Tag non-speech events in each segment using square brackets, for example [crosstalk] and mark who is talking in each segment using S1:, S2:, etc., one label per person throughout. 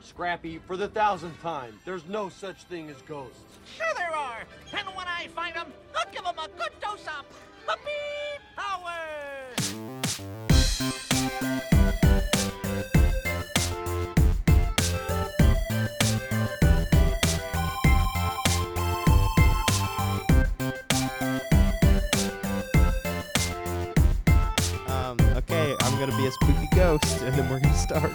S1: Scrappy, for the thousandth time, there's no such thing as ghosts.
S2: Sure there are. And when I find them, I'll give them a good dose of puppy power.
S3: Um, okay, I'm gonna be a spooky ghost, and then we're gonna start.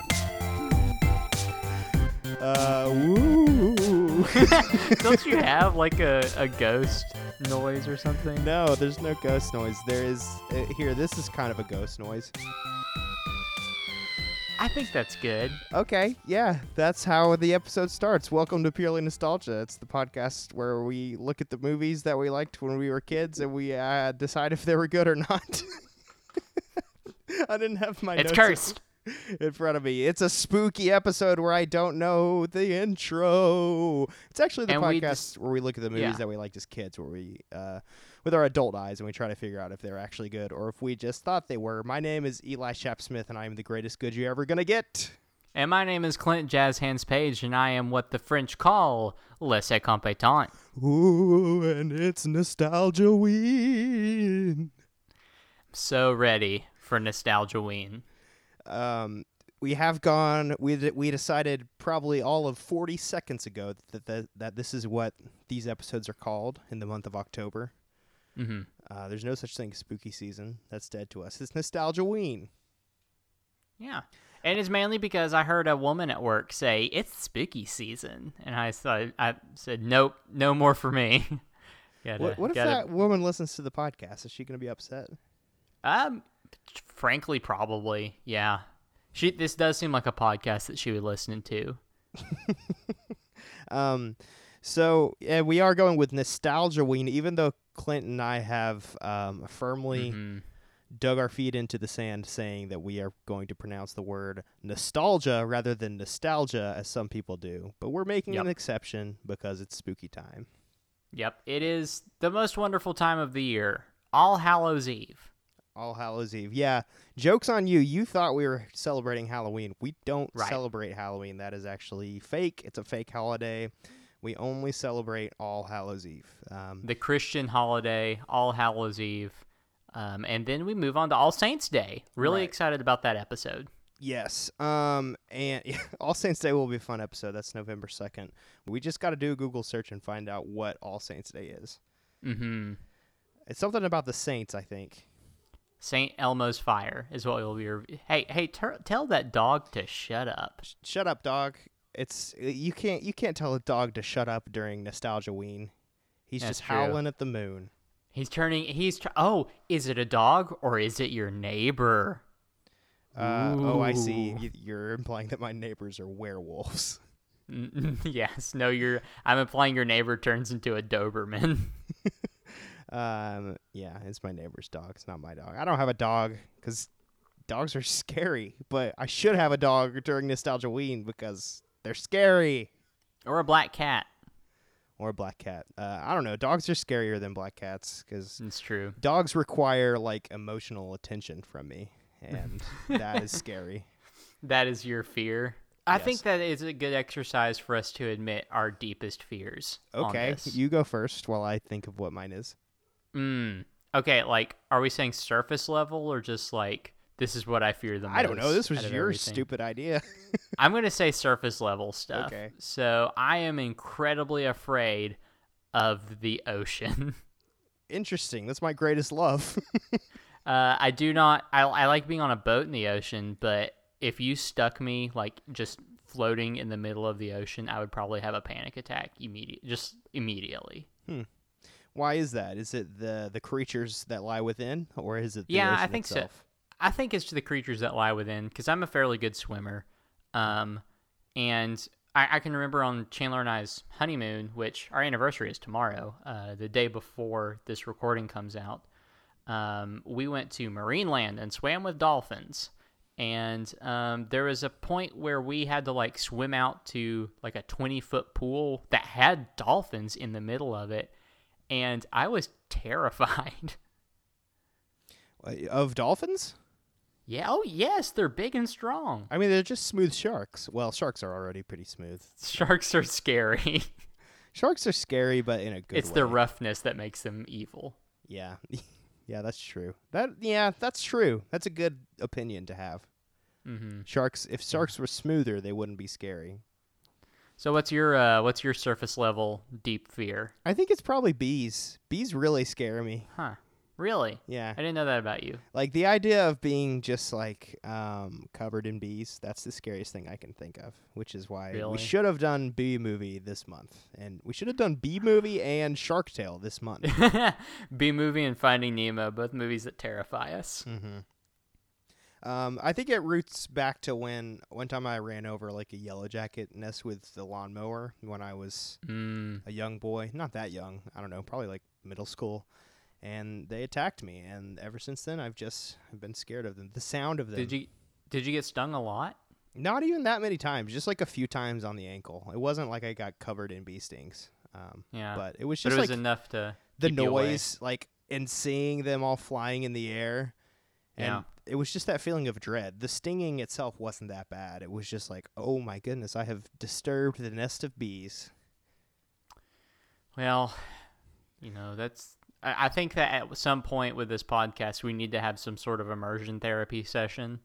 S3: Uh, woo. [laughs]
S4: Don't you have like a, a ghost noise or something?
S3: no, there's no ghost noise. There is uh, here. This is kind of a ghost noise.
S4: I think that's good.
S3: Okay, yeah, that's how the episode starts. Welcome to Purely Nostalgia. It's the podcast where we look at the movies that we liked when we were kids and we uh, decide if they were good or not. [laughs] I didn't have my
S4: It's
S3: notes
S4: cursed.
S3: in front of me. It's a spooky episode where I don't know the intro. It's actually the
S4: And we
S3: podcast
S4: just-
S3: where we look at the movies
S4: yeah.
S3: that we liked as kids, where we, uh, with our adult eyes, and we try to figure out if they're actually good or if we just thought they were. My name is Eli Shapsmith, and I am the greatest good you're ever gonna get.
S4: And my name is Clint Jazz Hands Page, and I am what the French call laissez compétent.
S3: Ooh, and it's nostalgia ween.
S4: So ready for Nostalgia Ween.
S3: Um, we have gone. We d- we decided probably all of forty seconds ago that that, that this is what these episodes are called in the month of October.
S4: Mm-hmm.
S3: Uh, there's no such thing as spooky season. That's dead to us. It's nostalgia ween.
S4: Yeah. And it's mainly because I heard a woman at work say, it's spooky season. And I, thought, I said, nope, no more for me. [laughs] gotta,
S3: What, what if
S4: gotta-
S3: that woman listens to the podcast? Is she going to be upset?
S4: Um, frankly, probably. Yeah. She. This does seem like a podcast that she would listen to.
S3: Um, so yeah, we are going with nostalgia ween, even though Clint and I have um, firmly
S4: Mhm.
S3: dug our feet into the sand, saying that we are going to pronounce the word nostalgia rather than nostalgia, as some people do. But we're making
S4: Yep.
S3: an exception because it's spooky time.
S4: Yep. It is the most wonderful time of the year. All Hallows Eve.
S3: All Hallows Eve. Yeah. Jokes on you. You thought we were celebrating Halloween. We don't
S4: Right.
S3: celebrate Halloween. That is actually fake. It's a fake holiday. We only celebrate All Hallows Eve. Um,
S4: the Christian holiday, All Hallows Eve, um, and then we move on to All Saints Day. Really
S3: Right.
S4: excited about that episode.
S3: yes. Um, and [laughs] All Saints Day will be a fun episode. That's November 2nd. We just got to do a Google search and find out what All Saints Day is.
S4: Mm-hmm.
S3: It's something about the Saints, I think.
S4: Saint Elmo's fire is what we'll be. Rev- hey, hey, tur tell that dog to shut up.
S3: Sh- Shut up, dog. It's you can't you can't tell a dog to shut up during Nostalgia Ween. He's
S4: That's
S3: just
S4: true.
S3: howling at the moon.
S4: He's turning. He's. Tr- oh, is it a dog or is it your neighbor? [laughs]
S3: Uh, oh, I see.
S4: Ooh.
S3: Y- You're implying that my neighbors are werewolves.
S4: Mm, yes. No. You're. I'm implying your neighbor turns into a Doberman. [laughs]
S3: Um, yeah, it's my neighbor's dog. It's not my dog. I don't have a dog because dogs are [laughs] scary. But I should have a dog during Nostalgia Ween because they're scary.
S4: or a black cat.
S3: Or a black cat. Uh, I don't know. Dogs are scarier than black cats because
S4: It's true.
S3: dogs require like emotional attention from me,
S4: [laughs]
S3: and that is scary.
S4: That is your fear. I
S3: Yes.
S4: think that is a good exercise for us to admit our deepest fears. on
S3: Okay,
S4: this.
S3: you go first while I think of what mine is.
S4: Mm. Okay, like, are we saying surface level or just like this is what I fear the most?
S3: I don't know. This
S4: out
S3: was
S4: of
S3: your
S4: everything?
S3: stupid idea. [laughs]
S4: I'm gonna say surface level stuff.
S3: Okay.
S4: So I am incredibly afraid of the ocean. [laughs]
S3: Interesting. That's my greatest love. [laughs]
S4: Uh, I do not. I, I like being on a boat in the ocean, but if you stuck me like just floating in the middle of the ocean, I would probably have a panic attack immediate, just immediately.
S3: Why is that? Is it the the creatures that lie within, or is it the
S4: Yeah, I
S3: ocean
S4: think so.
S3: itself?
S4: I think it's to the creatures that lie within, because I'm a fairly good swimmer. Um, and I, I can remember on Chandler and I's honeymoon, which our anniversary is tomorrow, uh, the day before this recording comes out. Um, we went to Marineland and swam with dolphins. And um, there was a point where we had to like swim out to like a 20 foot pool that had dolphins in the middle of it. And I was [laughs] terrified.
S3: Uh, Of dolphins?
S4: Yeah. Oh yes, they're big and strong.
S3: I mean, they're just smooth sharks. Well, sharks are already pretty smooth.
S4: Sharks are scary. [laughs]
S3: Sharks are scary, but in a good
S4: it's
S3: way.
S4: their roughness that makes them evil.
S3: Yeah. [laughs] yeah, that's true. That yeah, that's true. That's a good opinion to have.
S4: Mm-hmm.
S3: Sharks if sharks were smoother, they wouldn't be scary.
S4: So what's your uh, what's your surface level deep fear?
S3: I think it's probably bees. Bees really scare me.
S4: Huh? Really?
S3: Yeah.
S4: I didn't know that about you. [laughs]
S3: Like the idea of being just like um, covered in bees, that's the scariest thing I can think of, which is why we
S4: Really?
S3: should have done bee movie this month. And we should have done bee movie and Shark Tale this month.
S4: [laughs] B movie and Finding Nemo, both movies that terrify us.
S3: Mm-hmm. Um, I think it roots back to when one time I ran over like a yellow jacket nest with the lawnmower when I was
S4: Mm.
S3: a young boy, not that young, I don't know, probably like middle school, and they attacked me. And ever since then, I've just I've been scared of them. The sound of them.
S4: Did you did you get stung a lot?
S3: Not even that many times, just like a few times on the ankle. It wasn't like I got covered in bee stings. Um,
S4: Yeah.
S3: but it was
S4: But
S3: just
S4: it was
S3: like
S4: enough to
S3: the
S4: keep you away.
S3: noise, like and seeing them all flying in the air, and
S4: Yeah.
S3: it was just that feeling of dread. The stinging itself wasn't that bad. It was just like, oh my goodness, I have disturbed the nest of bees.
S4: Well, you know, that's. I I think that at some point with this podcast, we need to have some sort of immersion therapy session.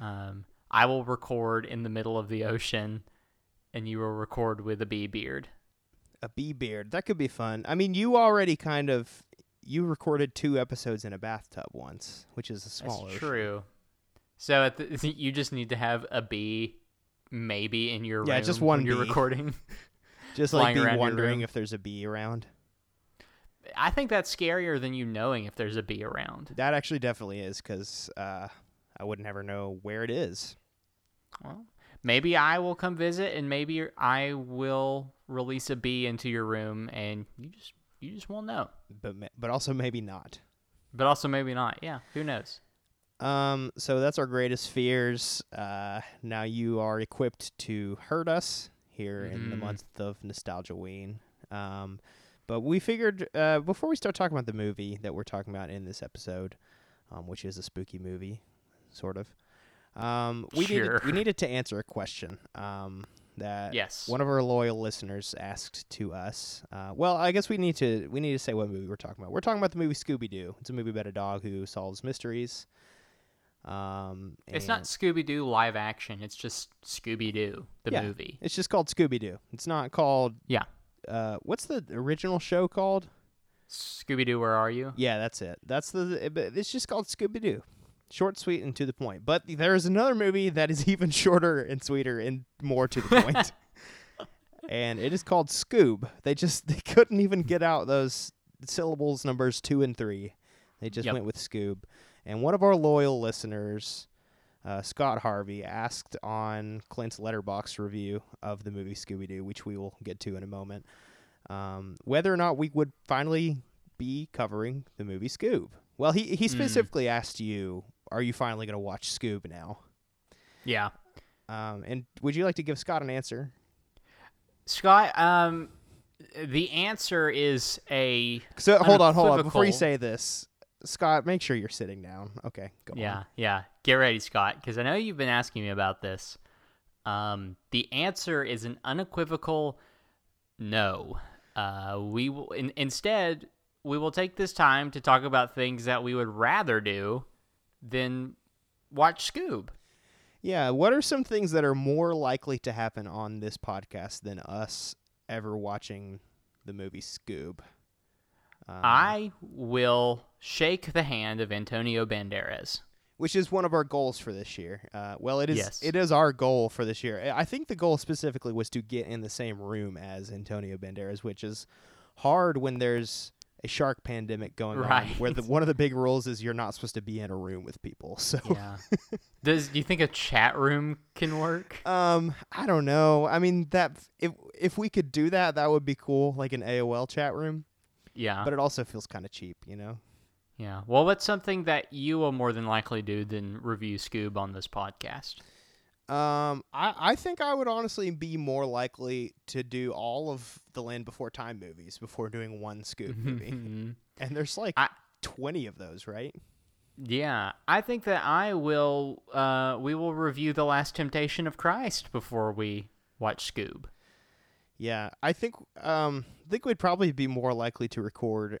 S4: Um, I will record in the middle of the ocean, and you will record with a bee beard.
S3: A bee beard that could be fun. I mean, you already kind of you recorded two episodes in a bathtub once, which is a
S4: That's
S3: small ocean.
S4: true. So at the, [laughs] you just need to have a bee, maybe in your
S3: Yeah,
S4: room
S3: just
S4: when
S3: one
S4: you're
S3: bee.
S4: recording. [laughs]
S3: Just like
S4: flying around
S3: be
S4: your
S3: wondering
S4: room.
S3: if there's a bee around.
S4: I think that's scarier than you knowing if there's a bee around.
S3: That actually definitely is because uh, I would never know where it is.
S4: Well, maybe I will come visit, and maybe I will release a bee into your room, and you just you just won't know.
S3: But ma- but also maybe not.
S4: But also maybe not. Yeah, who knows?
S3: Um, so that's our greatest fears. Uh, now you are equipped to hurt us here in the
S4: Mhm.
S3: month of Nostalgia Ween. Um, but we figured uh, before we start talking about the movie that we're talking about in this episode, um, which is a spooky movie, sort of. Um, we
S4: Sure.
S3: needed, we needed to answer a question. Um, that
S4: Yes.
S3: one of our loyal listeners asked to us. Uh, well, I guess we need to we need to say what movie we're talking about. We're talking about the movie Scooby Doo. It's a movie about a dog who solves mysteries. Um,
S4: It's not
S3: and
S4: Scooby Doo live action. It's just Scooby Doo the
S3: Yeah.
S4: movie.
S3: It's just called Scooby Doo. It's not called.
S4: Yeah,
S3: Uh, what's the original show called?
S4: Scooby Doo, where are you?
S3: Yeah, that's it. That's the. it- but It's just called Scooby Doo. Short, sweet, and to the point. But there is another movie that is [laughs] even shorter and sweeter and more to the
S4: [laughs]
S3: point. and it is called Scoob. They just they couldn't even get out those syllables numbers two and three. They just
S4: Yep.
S3: went with Scoob. And one of our loyal listeners, uh, Scott Harvey, asked on Clint's letterbox review of the movie Scooby Doo, which we will get to in a moment um, whether or not we would finally be covering the movie Scoob. Well, he, he specifically asked you, are you finally going to watch Scoob now?
S4: Yeah,
S3: Um, and would you like to give Scott an answer?
S4: Scott. Um, the answer is a
S3: So hold on, hold on. Before you
S4: Unequivocal.
S3: say this, Scott, make sure you're sitting down. Okay, go
S4: yeah,
S3: on.
S4: yeah. Get ready, Scott, because I know you've been asking me about this. Um, the answer is an unequivocal no. Uh, we will in, instead we will take this time to talk about things that we would rather do than watch Scoob.
S3: Yeah. What are some things that are more likely to happen on this podcast than us ever watching the movie Scoob? Um,
S4: I will shake the hand of Antonio Banderas.
S3: which is one of our goals for this year. Uh, well, it is
S4: Yes.
S3: it is our goal for this year. I I think the goal specifically was to get in the same room as Antonio Banderas, which is hard when there's a shark pandemic going on, where the,
S4: Right.
S3: one of the big rules is you're not supposed to be in a room with people. [laughs] So,
S4: Yeah. [laughs] Does do you think a chat room can work?
S3: um, I don't know. I mean, that if if we could do that, that would be cool, like an AOL chat room.
S4: Yeah.
S3: But it also feels kind of cheap, you know.
S4: Yeah. Well, what's something that you will more than likely do than review Scoob on this podcast?
S3: Um, I, I think I would honestly be more likely to do all of the Land Before Time
S4: [laughs]
S3: movies before doing one Scoop movie.
S4: Mhm.
S3: and there's like
S4: I-
S3: 20 of those, right?
S4: Yeah, I think that I will. Uh, we will review the Last Temptation of Christ before we watch Scoob.
S3: Yeah, I think um, I think we'd probably be more likely to record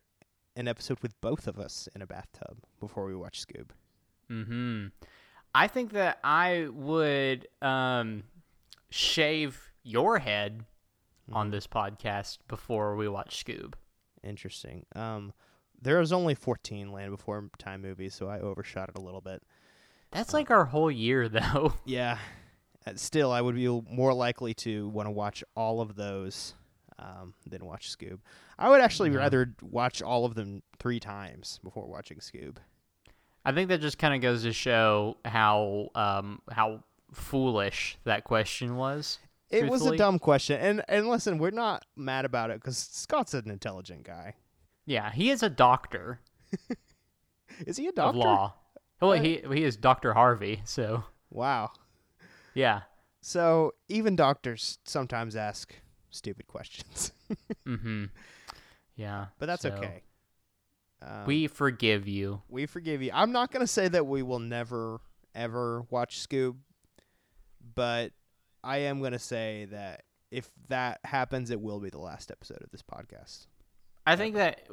S3: an episode with both of us in a bathtub before we watch Scoob.
S4: Hmm. I think that I would um, shave your head on this podcast before we watch Scoob.
S3: Interesting. Um, there is only 14 Land Before Time movies, so I overshot it a little bit.
S4: That's like our whole year, [laughs] though.
S3: Yeah. Uh, Still, I would be l- more likely to want to watch all of those um, than watch Scoob. I would actually rather watch all of them three times before watching Scoob.
S4: I think that just kind of goes to show how um, how foolish that question was.
S3: It was a
S4: truthfully.
S3: dumb question, and and listen, we're not mad about it because Scott's an intelligent guy.
S4: Yeah, he is a doctor,
S3: Is he a
S4: of
S3: doctor?
S4: law. Well, he he is Doctor Harvey. So
S3: Wow.
S4: yeah.
S3: So even doctors sometimes ask stupid questions, [laughs]
S4: Mm-hmm. Yeah.
S3: but that's
S4: so
S3: okay. Um,
S4: We forgive you.
S3: we forgive you. I'm not gonna say that we will never ever watch Scoob, but I am gonna say that if that happens, it will be the last episode of this podcast.
S4: I think that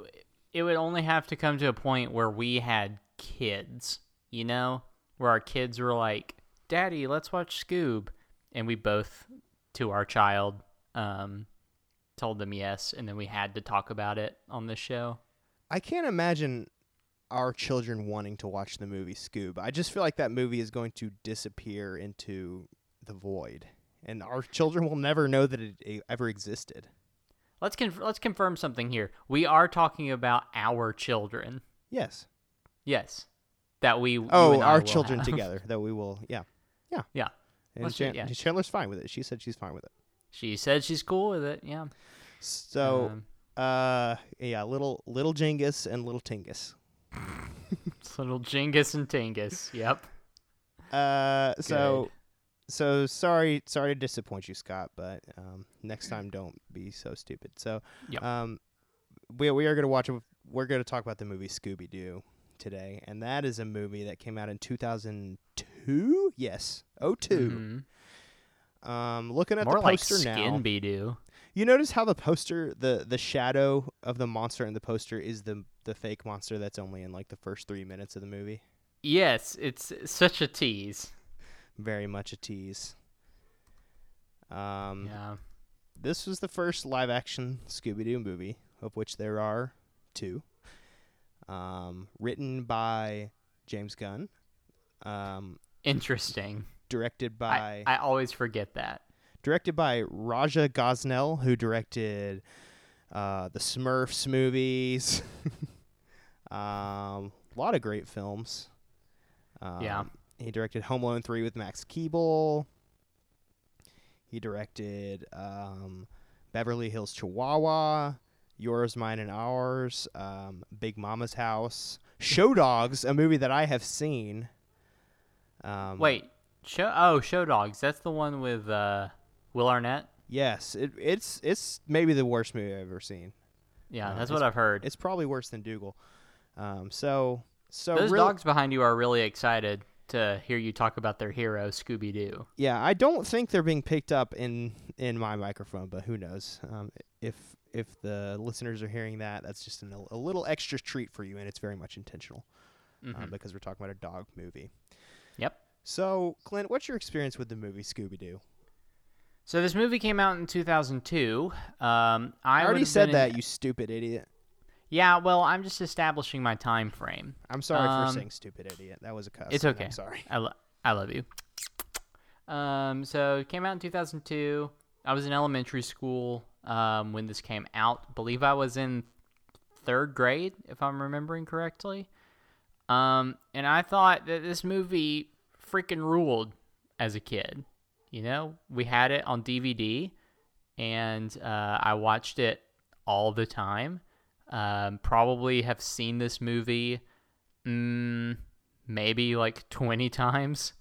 S4: it would only have to come to a point where we had kids, you know, where our kids were like, "Daddy, let's watch Scoob," and we both, to our child, um, told them yes, and then we had to talk about it on this show.
S3: I can't imagine our children wanting to watch the movie Scoob. I just feel like that movie is going to disappear into the void, and our children will never know that it, it ever existed.
S4: Let's conf- let's confirm something here. We are talking about our children.
S3: Yes.
S4: Yes, that we. you
S3: Oh,
S4: and I
S3: our
S4: will
S3: children
S4: have.
S3: together that we will. Yeah.
S4: Yeah,
S3: And
S4: Let's do-
S3: Chan-
S4: yeah.
S3: Chandler's fine with it. She said she's fine with it.
S4: she said she's cool with it. Yeah.
S3: So,
S4: Um,
S3: uh, yeah, little little Genghis and little Tingus.
S4: it's little Genghis and Tingus. Yep.
S3: Uh, so, so sorry, sorry to disappoint you, Scott, but um, next time don't be so stupid. So,
S4: Yep.
S3: um, we we are gonna watch. A, we're gonna talk about the movie Scooby Doo today, and that is a movie that came out in two thousand two. Yes, oh two.
S4: Mhm.
S3: Um, looking at
S4: More
S3: the
S4: like
S3: poster now,
S4: Skin Be Do.
S3: You notice how the poster, the the shadow of the monster in the poster is the the fake monster that's only in like the first three minutes of the movie.
S4: Yes, it's such a tease.
S3: Very much a tease. Um,
S4: Yeah.
S3: this was the first live action Scooby Doo movie, of which there are two. Um, written by James Gunn, um,
S4: Interesting.
S3: directed by
S4: I, I always forget that.
S3: directed by Raja Gosnell, who directed uh, the Smurfs movies. [laughs] um, a lot of great films. Um,
S4: Yeah.
S3: He directed Home Alone 3 with Max Keeble. He directed um, Beverly Hills Chihuahua, Yours, Mine, and Ours, um, Big Mama's House, Show Dogs, a movie that I have seen. Um,
S4: Wait. Show oh, Show Dogs. That's the one with uh, Will Arnett.
S3: Yes, it, it's it's maybe the worst movie I've ever seen.
S4: Yeah,
S3: Uh,
S4: that's
S3: it's-
S4: what I've heard.
S3: It's probably worse than Dougal. Um, so so
S4: Those
S3: real-
S4: dogs behind you are really excited to hear you talk about their hero Scooby Doo.
S3: yeah, I don't think they're being picked up in in my microphone, but who knows? Um, if if the listeners are hearing that, that's just an, a little extra treat for you, and it's very much intentional
S4: Mm-hmm.
S3: uh, because we're talking about a dog movie.
S4: Yep.
S3: So Clint, what's your experience with the movie Scooby Doo?
S4: So this movie came out in 2002. Um, I,
S3: I
S4: would
S3: already
S4: have
S3: said
S4: been in-
S3: that, you stupid idiot.
S4: Yeah. Well, I'm just establishing my time frame.
S3: I'm sorry for
S4: Um,
S3: saying stupid idiot. That was a cuss.
S4: It's
S3: and
S4: okay.
S3: I'm sorry.
S4: I, lo- I love you. Um, so it came out in 2002. I was in elementary school um, when this came out. Believe I was in third grade, if I'm remembering correctly. Um, and I thought that this movie freaking ruled as a kid. You know, we had it on DVD, and uh, I watched it all the time. Um, probably have seen this movie. Mm, maybe like 20 times.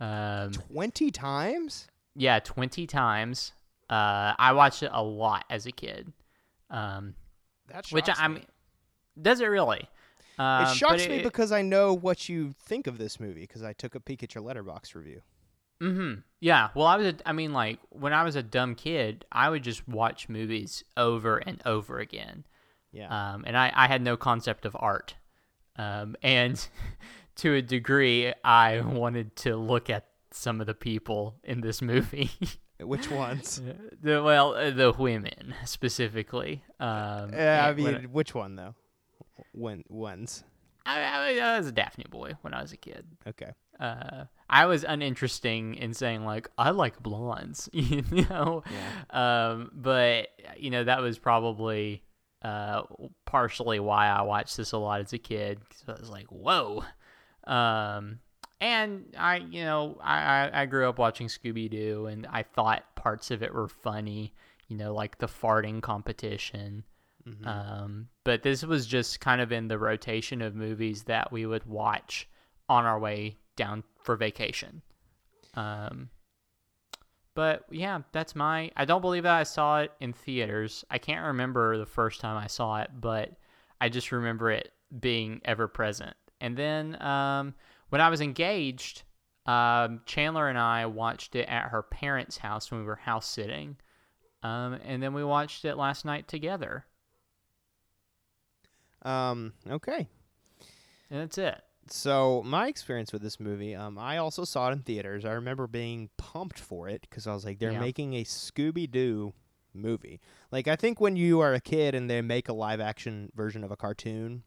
S4: Um,
S3: Twenty times.
S4: yeah, 20 times. Uh, I watched it a lot as a kid. Um,
S3: That's
S4: which I, I mean, does it really? Um,
S3: it shocks
S4: but
S3: me because I know what you think of this movie because I took a peek at your letterbox review.
S4: Mm-hmm. Yeah. Well, I was. A, I mean, like when I was a dumb kid, I would just watch movies over and over again,
S3: Yeah.
S4: um, and I, I had no concept of art, um, and [laughs] to a degree, I wanted to look at some of the people in this movie. [laughs]
S3: Uh, Which ones?
S4: the well, uh, the women specifically. Um,
S3: Yeah, Uh, I
S4: and when-
S3: mean, which one though? When ones?
S4: I, I, I was a Daphne boy when I was a kid.
S3: Okay.
S4: uh, I was uninteresting in saying like I like blondes, [laughs] you know. Um, but you know that was probably uh, partially why I watched this a lot as a kid. 'cause I was like, whoa. Um, and I, you know, I, I, I grew up watching Scooby Doo, and I thought parts of it were funny. You know, like the farting competition. Um, but this was just kind of in the rotation of movies that we would watch on our way down for vacation. Um, but yeah, that's my. I don't believe that I saw it in theaters. I can't remember the first time I saw it, but I just remember it being ever present. And then um, when I was engaged, um, Chandler and I watched it at her parents' house when we were house sitting. Um, and then we watched it last night together.
S3: Um. Okay.
S4: And that's it.
S3: So my experience with this movie, um, I also saw it in theaters. I remember being pumped for it because I was like, they're
S4: Yeah.
S3: making a Scooby Doo movie. Like I think when you are a kid and they make a live action version of a cartoon,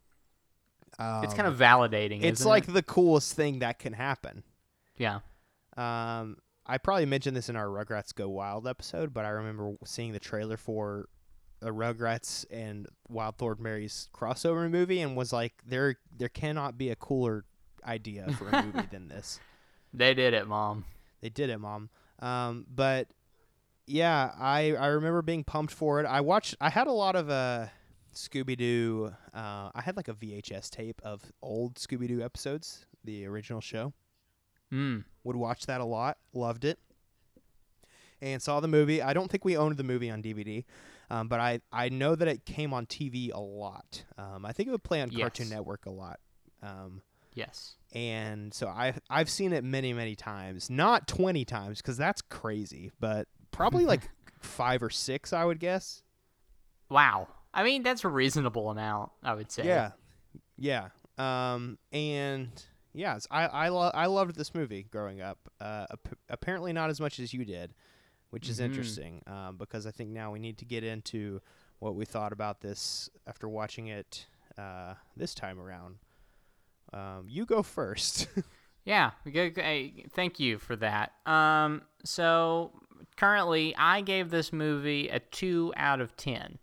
S3: um,
S4: It's kind of validating.
S3: it's
S4: isn't
S3: like
S4: it?
S3: the coolest thing that can happen.
S4: yeah.
S3: Um, I probably mentioned this in our Rugrats Go Wild episode, but I remember w- seeing the trailer for a Rugrats and Wild Thorn Mary's crossover movie, and was like, there there cannot be a cooler idea for a movie than this.
S4: They did it, mom.
S3: They did it, mom. Um, but yeah, I I remember being pumped for it. I watched. I had a lot of uh, Scooby Doo. Uh, I had like a VHS tape of old Scooby Doo episodes, the original show
S4: Mm.
S3: would watch that a lot loved it and saw the movie i don't think we owned the movie on dvd um, but I, I know that it came on tv a lot um, i think it would play on cartoon
S4: Yes.
S3: network a lot um,
S4: Yes.
S3: and so I've, I've seen it many many times not 20 times because that's crazy but probably like five or six i would guess
S4: Wow. I mean, that's a reasonable amount, I would say.
S3: yeah yeah um, and yeah it's- I, I, lo- I loved this movie growing up uh, ap- apparently not as much as you did which is
S4: Mhm.
S3: interesting um, because I think now we need to get into what we thought about this after watching it uh, this time around. Um, you go first. [laughs]
S4: Yeah. we go- go- hey, Thank you for that. Um. So currently, I gave this movie a two out of ten,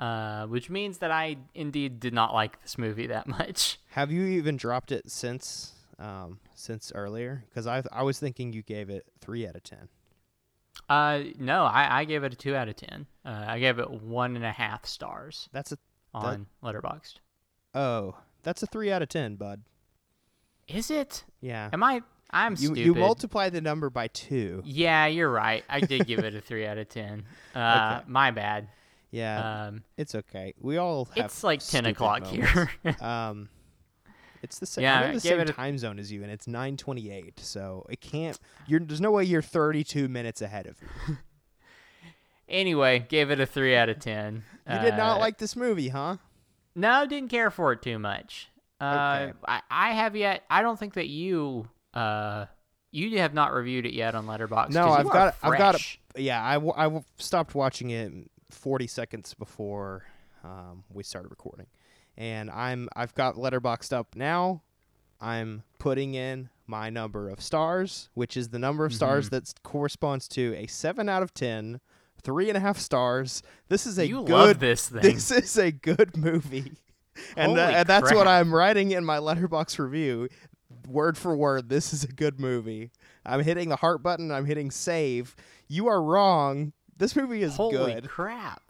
S4: uh, which means that I indeed did not like this movie that much. [laughs]
S3: Have you even dropped it since um, since earlier? Because I I was thinking you gave it three out of ten.
S4: Uh, no, I, I gave it a two out of ten. Uh, I gave it one and a half stars
S3: That's a
S4: on Letterboxd.
S3: oh that's a three out of ten, bud.
S4: Is it?
S3: Yeah.
S4: Am I? I'm
S3: you
S4: stupid.
S3: you multiply the number by two.
S4: Yeah, you're right. I did give it a three out
S3: [laughs]
S4: of ten. Uh, my bad.
S3: Yeah,
S4: Um,
S3: it's okay. We all Uh, have.
S4: it's like ten
S3: stupid
S4: o'clock
S3: moments.
S4: here. [laughs]
S3: Um, it's the same.
S4: Yeah,
S3: I'm in
S4: I
S3: the
S4: gave
S3: same
S4: it a-
S3: time zone as you, and it's 9:28. So it can't. You're there's no way you're 32 minutes ahead of me.
S4: anyway, gave it a three out of ten.
S3: [laughs] You did not
S4: Uh,
S3: like this movie, huh?
S4: No, didn't care for it too much. Uh,
S3: Okay.
S4: I, I have yet. I don't think that you. Uh, you have not reviewed it yet on Letterboxd.
S3: No,
S4: 'cause you
S3: I've
S4: are
S3: got. I've got.
S4: fresh.
S3: yeah, I, w- I w- stopped watching it 40 seconds before um, we started recording, and I'm I've got letterboxed up now. I'm putting in my number of stars, which is the number of stars
S4: Mm-hmm.
S3: that s- corresponds to a seven out of ten, three and a half stars. This is a
S4: You
S3: good. [laughs]
S4: love this thing.
S3: This is a good movie, and, uh,
S4: Holy
S3: and that's what
S4: crap.
S3: I'm writing in my letterbox review, word for word. This is a good movie. I'm hitting the heart button. I'm hitting save. You are wrong. This movie is
S4: Holy
S3: good.
S4: crap.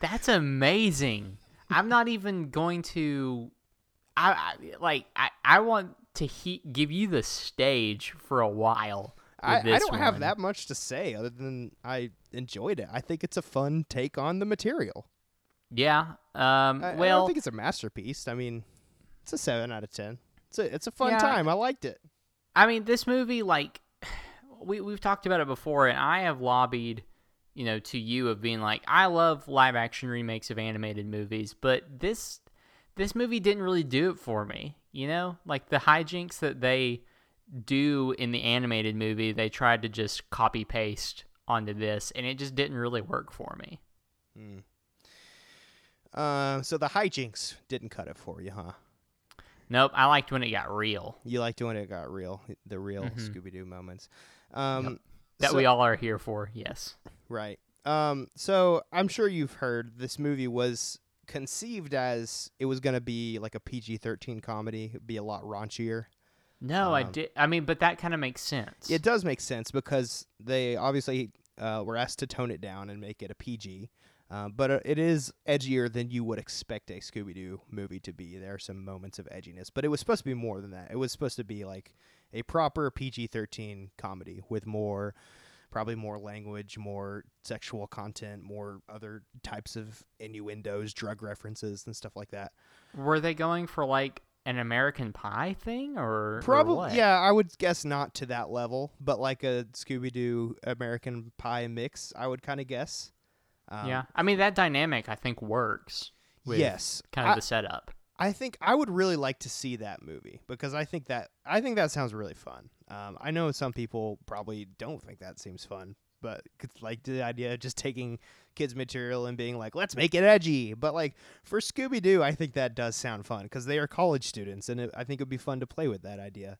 S4: That's amazing. I'm not even going to I, I like I, I want to he, give you the stage for a while. with
S3: I, I
S4: this
S3: don't have
S4: one.
S3: that much to say other than I enjoyed it. I think it's a fun take on the material.
S4: Yeah. Um
S3: I, I
S4: well
S3: don't think it's a masterpiece. I mean, It's a seven out of ten. It's a it's a fun
S4: Yeah.
S3: time. I liked it.
S4: I mean, this movie, like, [sighs] we we've talked about it before, and I have lobbied, you know, to you of being like, I love live action remakes of animated movies, but this this movie didn't really do it for me. You know, like the hijinks that they do in the animated movie, they tried to just copy paste onto this, and it just didn't really work for me.
S3: Uh, so the hijinks didn't cut it for you, huh?
S4: Nope, I liked when it got real
S3: You liked when it got real, the real Scooby Doo moments. Um,
S4: Mm-hmm. that
S3: so-
S4: we all are here for. Yes.
S3: Right. Um, so I'm sure you've heard this movie was conceived as it was going to be like a PG-13 comedy, it'd be a lot raunchier.
S4: No, I did. I mean, but that kind of makes sense.
S3: It does make sense because they obviously uh, were asked to tone it down and make it a PG. Um, but uh, it is edgier than you would expect a Scooby Doo movie to be. There are some moments of edginess, but it was supposed to be more than that. It was supposed to be like a proper PG 13 comedy with more, probably more language, more sexual content, more other types of innuendos, drug references, and stuff like that.
S4: Were they going for like an American Pie thing or or what?
S3: Probably, yeah. I would guess not to that level, but like a Scooby Doo American Pie mix, I would kind of guess. Um,
S4: yeah. I mean that dynamic I think works. With
S3: Yes,
S4: Kind of
S3: I-
S4: the setup.
S3: I think I would really like to see that movie because I think that I think that sounds really fun. Um, I know some people probably don't think that seems fun, but it's like the idea of just taking kids' material and being like, let's make it edgy. But like for Scooby Doo, I think that does sound fun because they are college students, and it, I think it would be fun to play with that idea.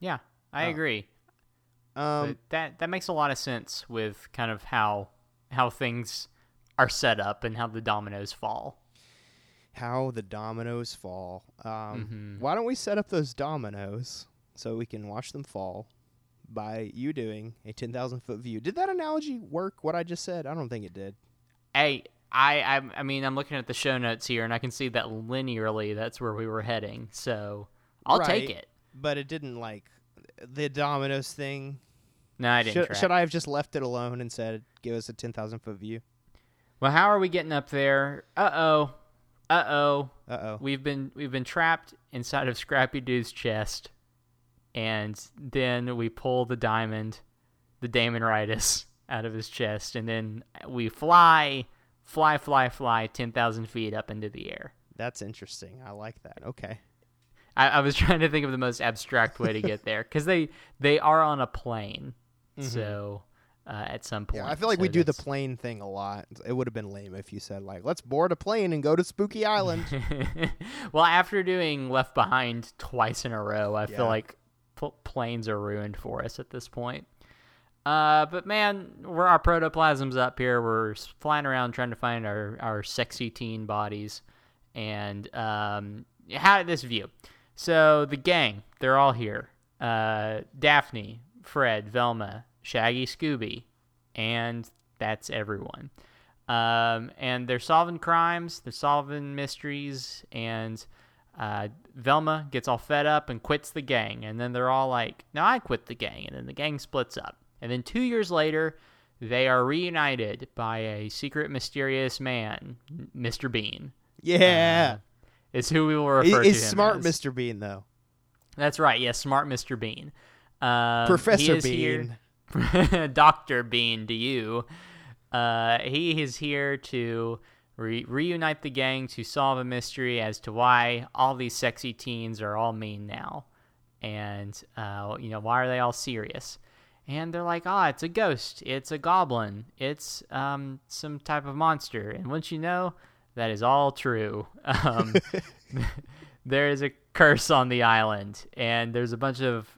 S4: Yeah, I agree.
S3: Oh. Um,
S4: But that that makes a lot of sense with kind of how how things are set up and how the dominoes fall.
S3: how the dominoes fall. Um, Why don't we set up those dominoes so we can watch them fall by you doing a 10,000 foot view? Did that analogy work, what I just said? I don't think it did.
S4: Hey, I, I I mean I'm looking at the show notes here and I can see that linearly that's where we were heading. So I'll take
S3: Right.
S4: it.
S3: But it didn't like the dominoes thing.
S4: No, I didn't.
S3: Should,
S4: track.
S3: should I have just left it alone and said, give us a 10,000 foot view?
S4: Well, how are we getting up there? Uh oh. Uh oh.
S3: Uh oh.
S4: We've been we've been trapped inside of Scrappy Doo's chest, and then we pull the diamond, the Damonitis, out of his chest, and then we fly, fly, fly, fly ten thousand feet up into the air.
S3: That's interesting. I like that. Okay.
S4: I, I was [laughs] trying to think of the most abstract way
S3: [laughs]
S4: to get there because they they are on a plane, so uh, at some point.
S3: Mm-hmm. Yeah, I feel like
S4: so
S3: we do the
S4: that's-
S3: plane thing a lot. It would have been lame if you said, like, let's board a plane and go to Spooky Island.
S4: [laughs] well, after doing Left Behind twice in a row, I
S3: Yeah.
S4: feel like pl- planes are ruined for us at this point. Uh, but man, we're our protoplasms up here. We're s- flying around trying to find our, our sexy teen bodies. And um, how did this view? So the gang, they're all here. Uh, Daphne, Fred, Velma, Shaggy, Scooby, and that's everyone. Um, and they're solving crimes, they're solving mysteries, and uh, Velma gets all fed up and quits the gang. And then they're all like, No, I quit the gang. And then the gang splits up. And then two years later, they are reunited by a secret, mysterious man, Mr. Bean,
S3: [laughs] yeah.
S4: is who we will Uh, refer
S3: It-
S4: to
S3: it's
S4: him
S3: smart,
S4: as.
S3: Mr. Bean, though.
S4: That's right. Yes, smart Mr. Bean. Um,
S3: Professor
S4: he is here- [laughs] Dr. Bean to you. Uh, he is here to re- reunite the gang to solve a mystery as to why all these sexy teens are all mean now. And, uh, you know, why are they all serious? And they're like, ah, it's a ghost. It's a goblin. It's um, some type of monster. And once you know, that is all true. [laughs] Um, there is a curse on the island, and there's a bunch of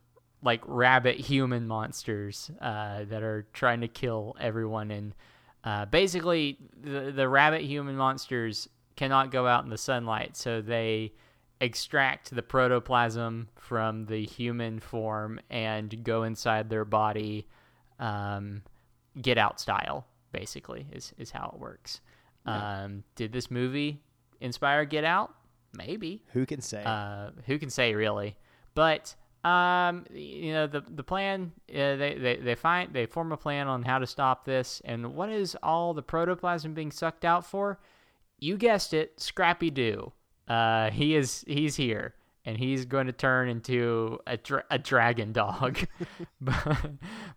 S4: like rabbit human monsters uh, that are trying to kill everyone. And uh, basically, the the rabbit human monsters cannot go out in the sunlight, so they extract the protoplasm from the human form and go inside their body, um, get out style. Basically, is is how it works. Um, did this movie inspire Get Out? Maybe
S3: Who can say?
S4: uh, who can say really? But um, you know the the plan. Uh, they, they they find they form a plan on how to stop this. And what is all the protoplasm being sucked out for? You guessed it, Scrappy Doo. Uh, he is he's here and he's going to turn into a, dra- a dragon dog [laughs] by,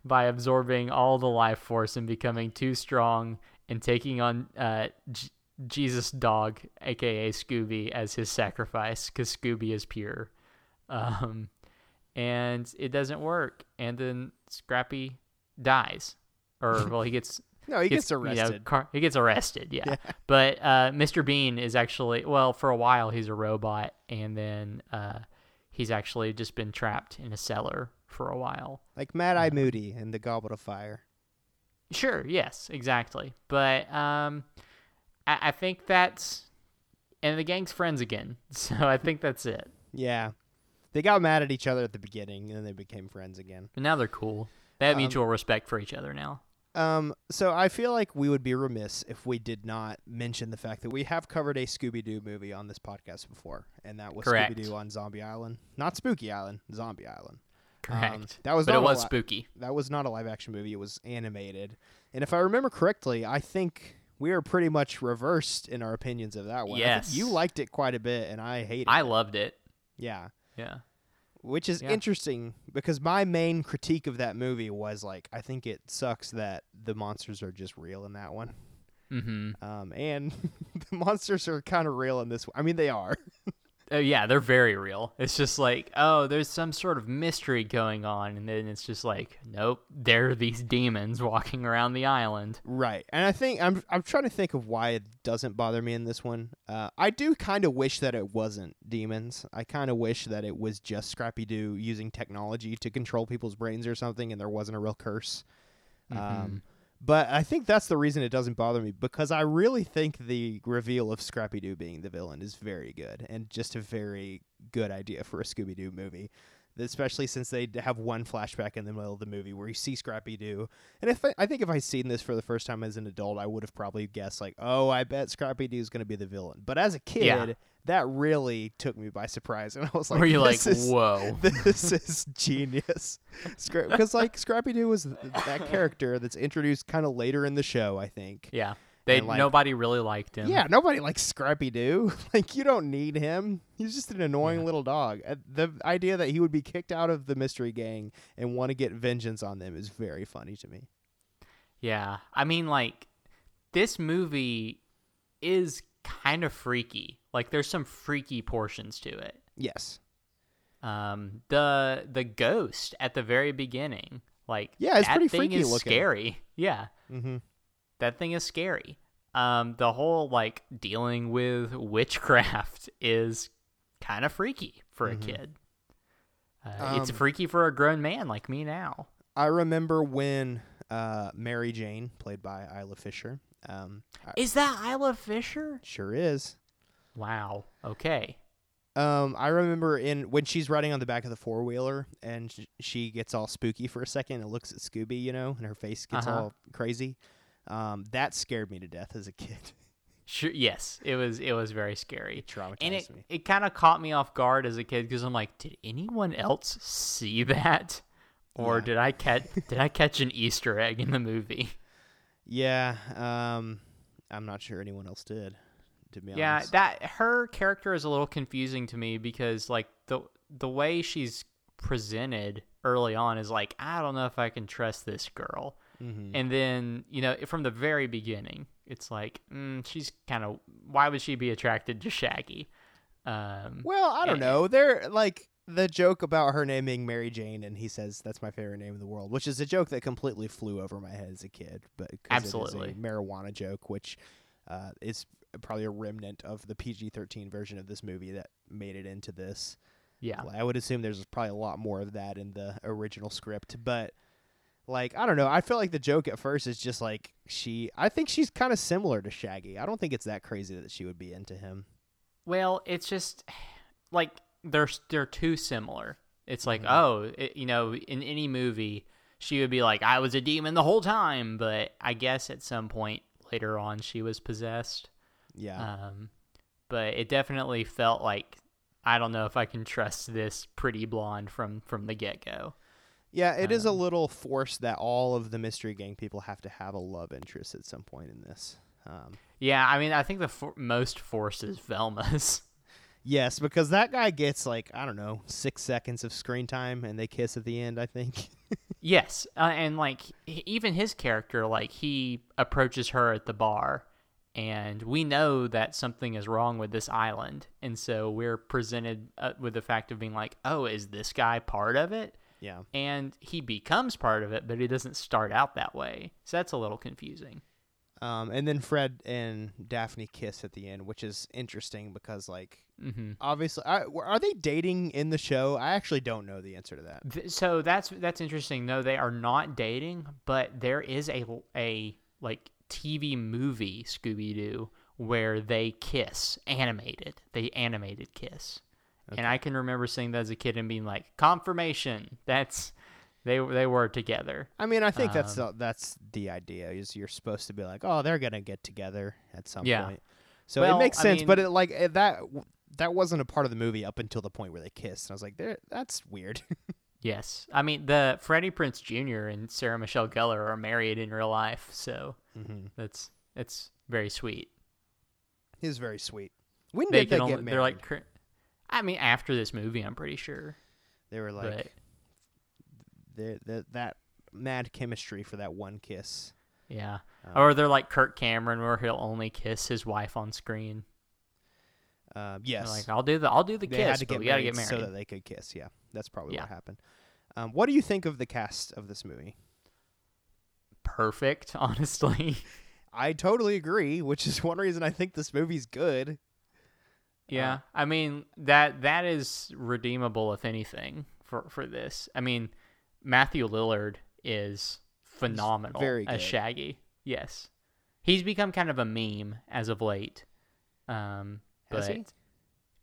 S4: by absorbing all the life force and becoming too strong and taking on uh, J- Jesus dog, aka Scooby, as his sacrifice because Scooby is pure. Um, and it doesn't work. And then Scrappy dies,
S3: [laughs]
S4: or well, he gets
S3: No, he gets,
S4: you know,
S3: arrested.
S4: car- he gets arrested, yeah. But uh, Mr. Bean is actually, well, for a while he's a robot, and then uh, he's actually just been trapped in a cellar for a while.
S3: like Mad Eye Moody in the Goblet of Fire.
S4: Sure, yes, exactly. But um, I-, I think that's, and the gang's friends again. [laughs] So I think that's it.
S3: Yeah. They got mad at each other at the beginning and then they became friends again.
S4: But now they're cool. They have mutual respect for each other now.
S3: Um, so I feel like we would be remiss if we did not mention the fact that we have covered a Scooby Doo movie on this podcast before, and that was
S4: Correct.
S3: Scooby Doo on Zombie Island, not Spooky Island, Zombie Island.
S4: Correct.
S3: um, that was
S4: but
S3: not
S4: it
S3: a
S4: was
S3: lot-
S4: spooky.
S3: That was not a live action movie; it was animated. And if I remember correctly, I think we are pretty much reversed in our opinions of that one. I think
S4: Yes.
S3: you liked it quite a bit, and I hated.
S4: I
S3: it.
S4: loved it.
S3: yeah,
S4: Yeah.
S3: which is
S4: Yeah.
S3: interesting because my main critique of that movie was like, I think it sucks that the monsters are just real in that one.
S4: Mm-hmm.
S3: Um, and [laughs] the monsters are kind of real in this. One. I mean, they are.
S4: Oh yeah, they're very real. It's just like, oh, there's some sort of mystery going on, and then it's just like, nope, there are these demons walking around the island.
S3: Right. And I think I'm I'm trying to think of why it doesn't bother me in this one. Uh, I do kind of wish that it wasn't demons. I kind of wish that it was just Scrappy Doo using technology to control people's brains or something, and there wasn't a real curse.
S4: Mm-hmm.
S3: Um, but I think that's the reason it doesn't bother me because I really think the reveal of Scrappy Doo being the villain is very good and just a very good idea for a Scooby Doo movie. Especially since they d- have one flashback in the middle of the movie where you see Scrappy Doo, and if I, I think if I'd seen this for the first time as an adult, I would have probably guessed like, "Oh, I bet Scrappy Doo's going to be the villain." But as a kid,
S4: Yeah.
S3: that really took me by surprise, and I was like,
S4: Were you like,
S3: "This is-
S4: whoa?
S3: [laughs] this is genius because like scrappy doo was th- that character that's introduced kind of later in the show i think
S4: yeah, they
S3: and, like-
S4: nobody really liked him.
S3: yeah nobody likes scrappy doo [laughs] like you don't need him he's just an annoying little dog Uh, the idea that he would be kicked out of the mystery gang and want to get vengeance on them is very funny to me
S4: yeah. I mean, like, this movie is kind of freaky. Like, there's some freaky portions to it.
S3: yes
S4: Um, the the ghost at the very beginning, like,
S3: Yeah, it's
S4: that
S3: pretty
S4: thing
S3: freaky
S4: is
S3: looking.
S4: scary. [laughs] Yeah.
S3: mm-hmm.
S4: that thing is scary. Um, the whole like dealing with witchcraft [laughs] is kind of freaky for a kid. Uh, it's
S3: Mm-hmm. Um,
S4: freaky for a grown man like me now.
S3: i remember when uh, mary jane played by isla fisher um, I-
S4: Is that Isla Fisher?
S3: sure is
S4: Wow. Okay.
S3: Um, I remember in when she's riding on the back of the four wheeler and sh- she gets all spooky for a second and looks at Scooby, you know, and her face gets
S4: Uh-huh.
S3: all crazy. Um, that scared me to death as a kid. [laughs]
S4: Sure. Yes, it was. It was very scary.
S3: Traumatized
S4: And it
S3: me.
S4: it kind of caught me off guard as a kid because I'm like, did anyone else see [laughs] that, or
S3: Yeah.
S4: did I catch did I catch an Easter egg in
S3: [laughs]
S4: the movie?
S3: Yeah. Um, I'm not sure anyone else did. To be
S4: yeah
S3: honest.
S4: that her character is a little confusing to me because like the the way she's presented early on is like i don't know if i can trust this girl
S3: Mhm.
S4: and then you know from the very beginning it's like mm, she's kind of why would she be attracted to shaggy um
S3: Well, I don't
S4: Yeah.
S3: know. They're like the joke about her name being Mary Jane, and he says that's my favorite name in the world, which is a joke that completely flew over my head as a kid, but 'cause it
S4: Absolutely.
S3: is a marijuana joke, which uh, is probably a remnant of the PG thirteen version of this movie that made it into this.
S4: yeah
S3: Like, I would assume there's probably a lot more of that in the original script, but like I don't know. I feel like the joke at first is just like she. I think she's kind of similar to Shaggy. I don't think it's that crazy that she would be into him.
S4: Well, it's just [sighs] like they're they're too similar. It's like oh, it, you know, in any movie she would be like, "I was a demon the whole time," but I guess at some point later on she was possessed.
S3: Yeah.
S4: Um, but it definitely felt like I don't know if I can trust this pretty blonde from from the get go.
S3: Yeah, it is a little forced that all of the mystery gang people have to have a love interest at some point in this. Um,
S4: Yeah, I mean, I think the for- most force is Velma's. [laughs]
S3: Yes, because that guy gets like I don't know six seconds of screen time, and they kiss at the end. I think. [laughs]
S4: Yes, uh, and like h- even his character, like he approaches her at the bar, and we know that something is wrong with this island, and so we're presented uh, with the fact of being like, oh, is this guy part of it?
S3: yeah.
S4: And he becomes part of it, but he doesn't start out that way. So that's a little confusing.
S3: Um, and then Fred and Daphne kiss at the end, which is interesting because like
S4: hmm
S3: obviously I, w- are they dating in the show? I actually don't know the answer to that.
S4: Th- so that's that's interesting. No, they are not dating, but there is a a like TV movie Scooby Doo where they kiss animated. They animated kiss, and I can remember seeing that as a kid and being like, confirmation. [laughs] That's they they were together.
S3: I mean, I think that's
S4: Um,
S3: the, that's the idea is you're supposed to be like, oh, they're gonna get together at some
S4: Yeah.
S3: point. So
S4: Well,
S3: it makes
S4: I
S3: sense, but
S4: mean-
S3: it like it, that that wasn't a part of the movie up until the point where they kissed, and I was like, there, that's weird. [laughs]
S4: Yes, I mean the Freddie Prince Jr. and Sarah Michelle Gellar are married in real life, so
S3: Mm-hmm.
S4: that's that's very sweet.
S3: He's very sweet. When
S4: They
S3: did they
S4: can
S3: get
S4: only
S3: married?
S4: they're like, cur- I mean, after this movie, I'm pretty sure,
S3: they were like
S4: but.
S3: the, the, that mad chemistry for that one kiss.
S4: Yeah.
S3: Um,
S4: or they're like Kirk Cameron where he'll only kiss his wife on screen.
S3: Uh,
S4: They're
S3: yes,
S4: like, I'll do the I'll do the
S3: they
S4: kiss,
S3: had to
S4: but
S3: get,
S4: we gotta
S3: married
S4: get married.
S3: so that they could kiss. Yeah, that's probably
S4: Yeah.
S3: what happened. Um, what do you think of the cast of this movie?
S4: [laughs] Perfect, honestly. [laughs]
S3: I totally agree, which is [laughs] one reason I think this movie's good.
S4: yeah.
S3: Uh-huh.
S4: I mean that that is redeemable if anything for, for this. I mean, Matthew Lillard is phenomenal
S3: very
S4: as
S3: good.
S4: Shaggy. Yes. He's become kind of a meme as of late. Um
S3: Has
S4: but
S3: he?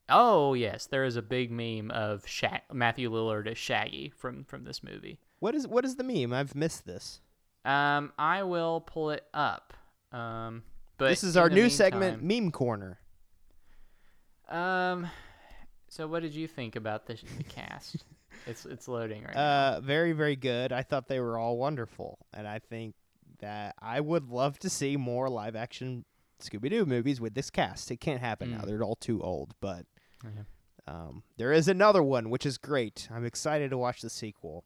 S4: Oh yes, there is a big meme of Sha- Matthew Lillard as Shaggy from from this movie.
S3: What is what is the meme? I've missed this.
S4: Um, I will pull it up. Um, but
S3: this is
S4: in
S3: our
S4: the
S3: new segment,
S4: meantime-
S3: Meme Corner.
S4: Um, so what did you think about the, the cast?
S3: [laughs]
S4: it's it's loading right now.
S3: Uh, very very good. I thought they were all wonderful, and I think that I would love to see more live action Scooby Doo movies with this cast. It can't happen now; they're all too old. But
S4: Mm. Yeah.
S3: um, there is another one, which is great. I'm excited to watch the sequel.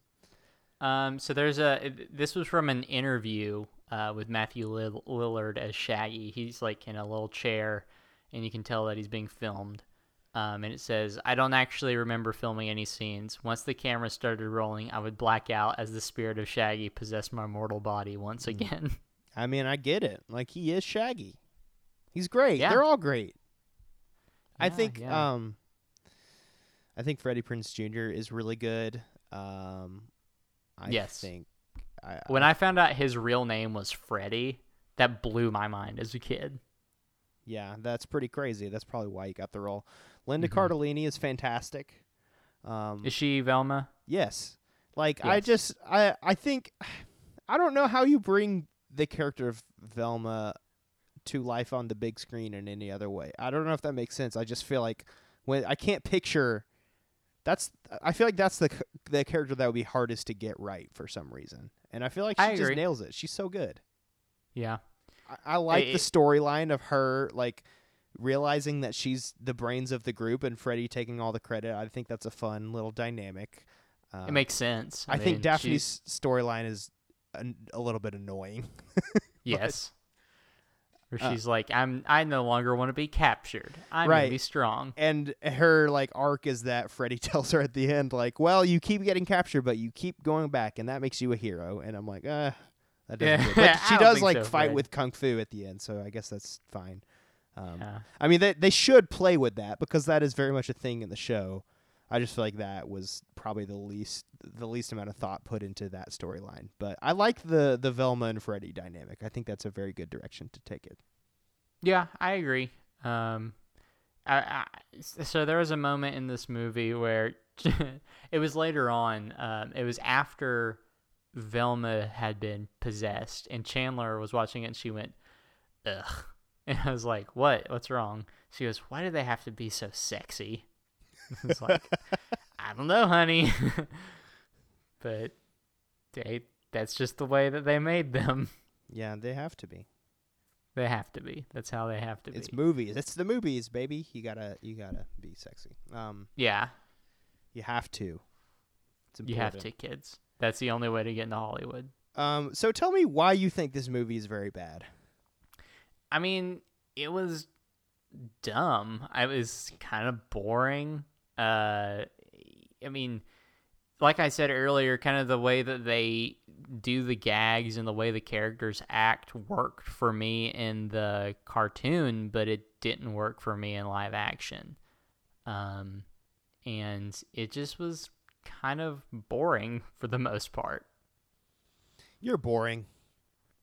S4: Um, so there's a this was from an interview uh, with Matthew Lill- Lillard as Shaggy. He's like in a little chair, and you can tell that he's being filmed. Um, and it says, "I don't actually remember filming any scenes. Once the camera started rolling, I would black out as the spirit of Shaggy possessed my mortal body
S3: Hmm.
S4: once again."
S3: I mean, I get it. Like he is Shaggy. He's great.
S4: Yeah.
S3: They're all great. I
S4: Yeah,
S3: think
S4: yeah.
S3: um I think Freddie Prince Jr. is really good. Um I
S4: Yes.
S3: think I,
S4: When I found out his real name was Freddy, that blew my mind as a kid.
S3: yeah, that's pretty crazy. That's probably why he got the role. Linda
S4: Mm-hmm.
S3: Cardellini is fantastic. Um
S4: Is she Velma?
S3: yes. Like I
S4: Yes.
S3: just I I think [sighs] I don't know how you bring the character of Velma to life on the big screen in any other way. I don't know if that makes sense. I just feel like when I can't picture that's I feel like that's the c- the character that would be hardest to get right for some reason. And I feel like she
S4: I
S3: just
S4: agree.
S3: nails it. She's so good.
S4: Yeah.
S3: I, I like
S4: It-
S3: the storyline of her like realizing that she's the brains of the group and Freddie taking all the credit. I think that's a fun little dynamic. Um,
S4: It makes sense.
S3: Uh, I,
S4: mean,
S3: think
S4: she's-
S3: Daphne's storyline is a, a little bit annoying. [laughs]
S4: Yes. Where she's like, I'm I no longer want to be captured. I'm gonna
S3: uh, Right.
S4: be strong.
S3: And her like arc is that Freddy [laughs] tells her at the end, like, "Well, you keep getting captured, but you keep going back, and that makes you a hero." And I'm like, "Uh, that doesn't."
S4: Yeah.
S3: do it." [laughs] But
S4: I
S3: she
S4: don't
S3: does
S4: think
S3: like
S4: so,
S3: fight
S4: Fred.
S3: with kung fu at the end, so I guess that's fine. Um,
S4: Yeah.
S3: I mean, they they should play with that because that is very much a thing in the show. I just feel like that was probably the least the least amount of thought put into that storyline. But I like the the Velma and Freddy dynamic. I think that's a very good direction to take it.
S4: Yeah, I agree. Um, I, I so there was a moment in this movie where [laughs] it was later on. Um, it was after Velma had been possessed, and Chandler was watching it, and she went, "Ugh," [laughs] and I was like, "What? What's wrong?" She goes, "Why do they have to be so sexy?" [laughs] I was like, "I don't know, honey," [laughs] but they, that's just the way that they made them. [laughs]
S3: Yeah, they have to be.
S4: They have to be. That's how they have to
S3: It's
S4: be.
S3: movies. It's the movies, baby. You gotta you gotta be sexy. Um,
S4: yeah,
S3: you have to. It's
S4: you have to, kids. That's the only way to get into Hollywood.
S3: Um, so tell me why you think this movie is very bad.
S4: I mean, it was dumb. I was kind of boring. Uh, I mean, like I said earlier, kind of the way that they do the gags and the way the characters act worked for me in the cartoon, but it didn't work for me in live action. Um, and it just was kind of boring [laughs] for the most part.
S3: You're boring.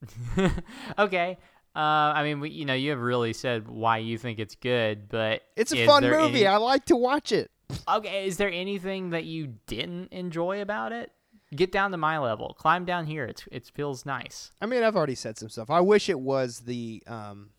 S4: [laughs] okay. Uh, I mean, we, you know, you have really said why you think it's good, but
S3: It's a
S4: is
S3: fun
S4: there
S3: movie. I
S4: any-
S3: like to watch it.
S4: okay, is there anything that you didn't enjoy about it? Get down to my level. Climb down here. It's it feels nice.
S3: I mean, I've already said some stuff. I wish it was the um,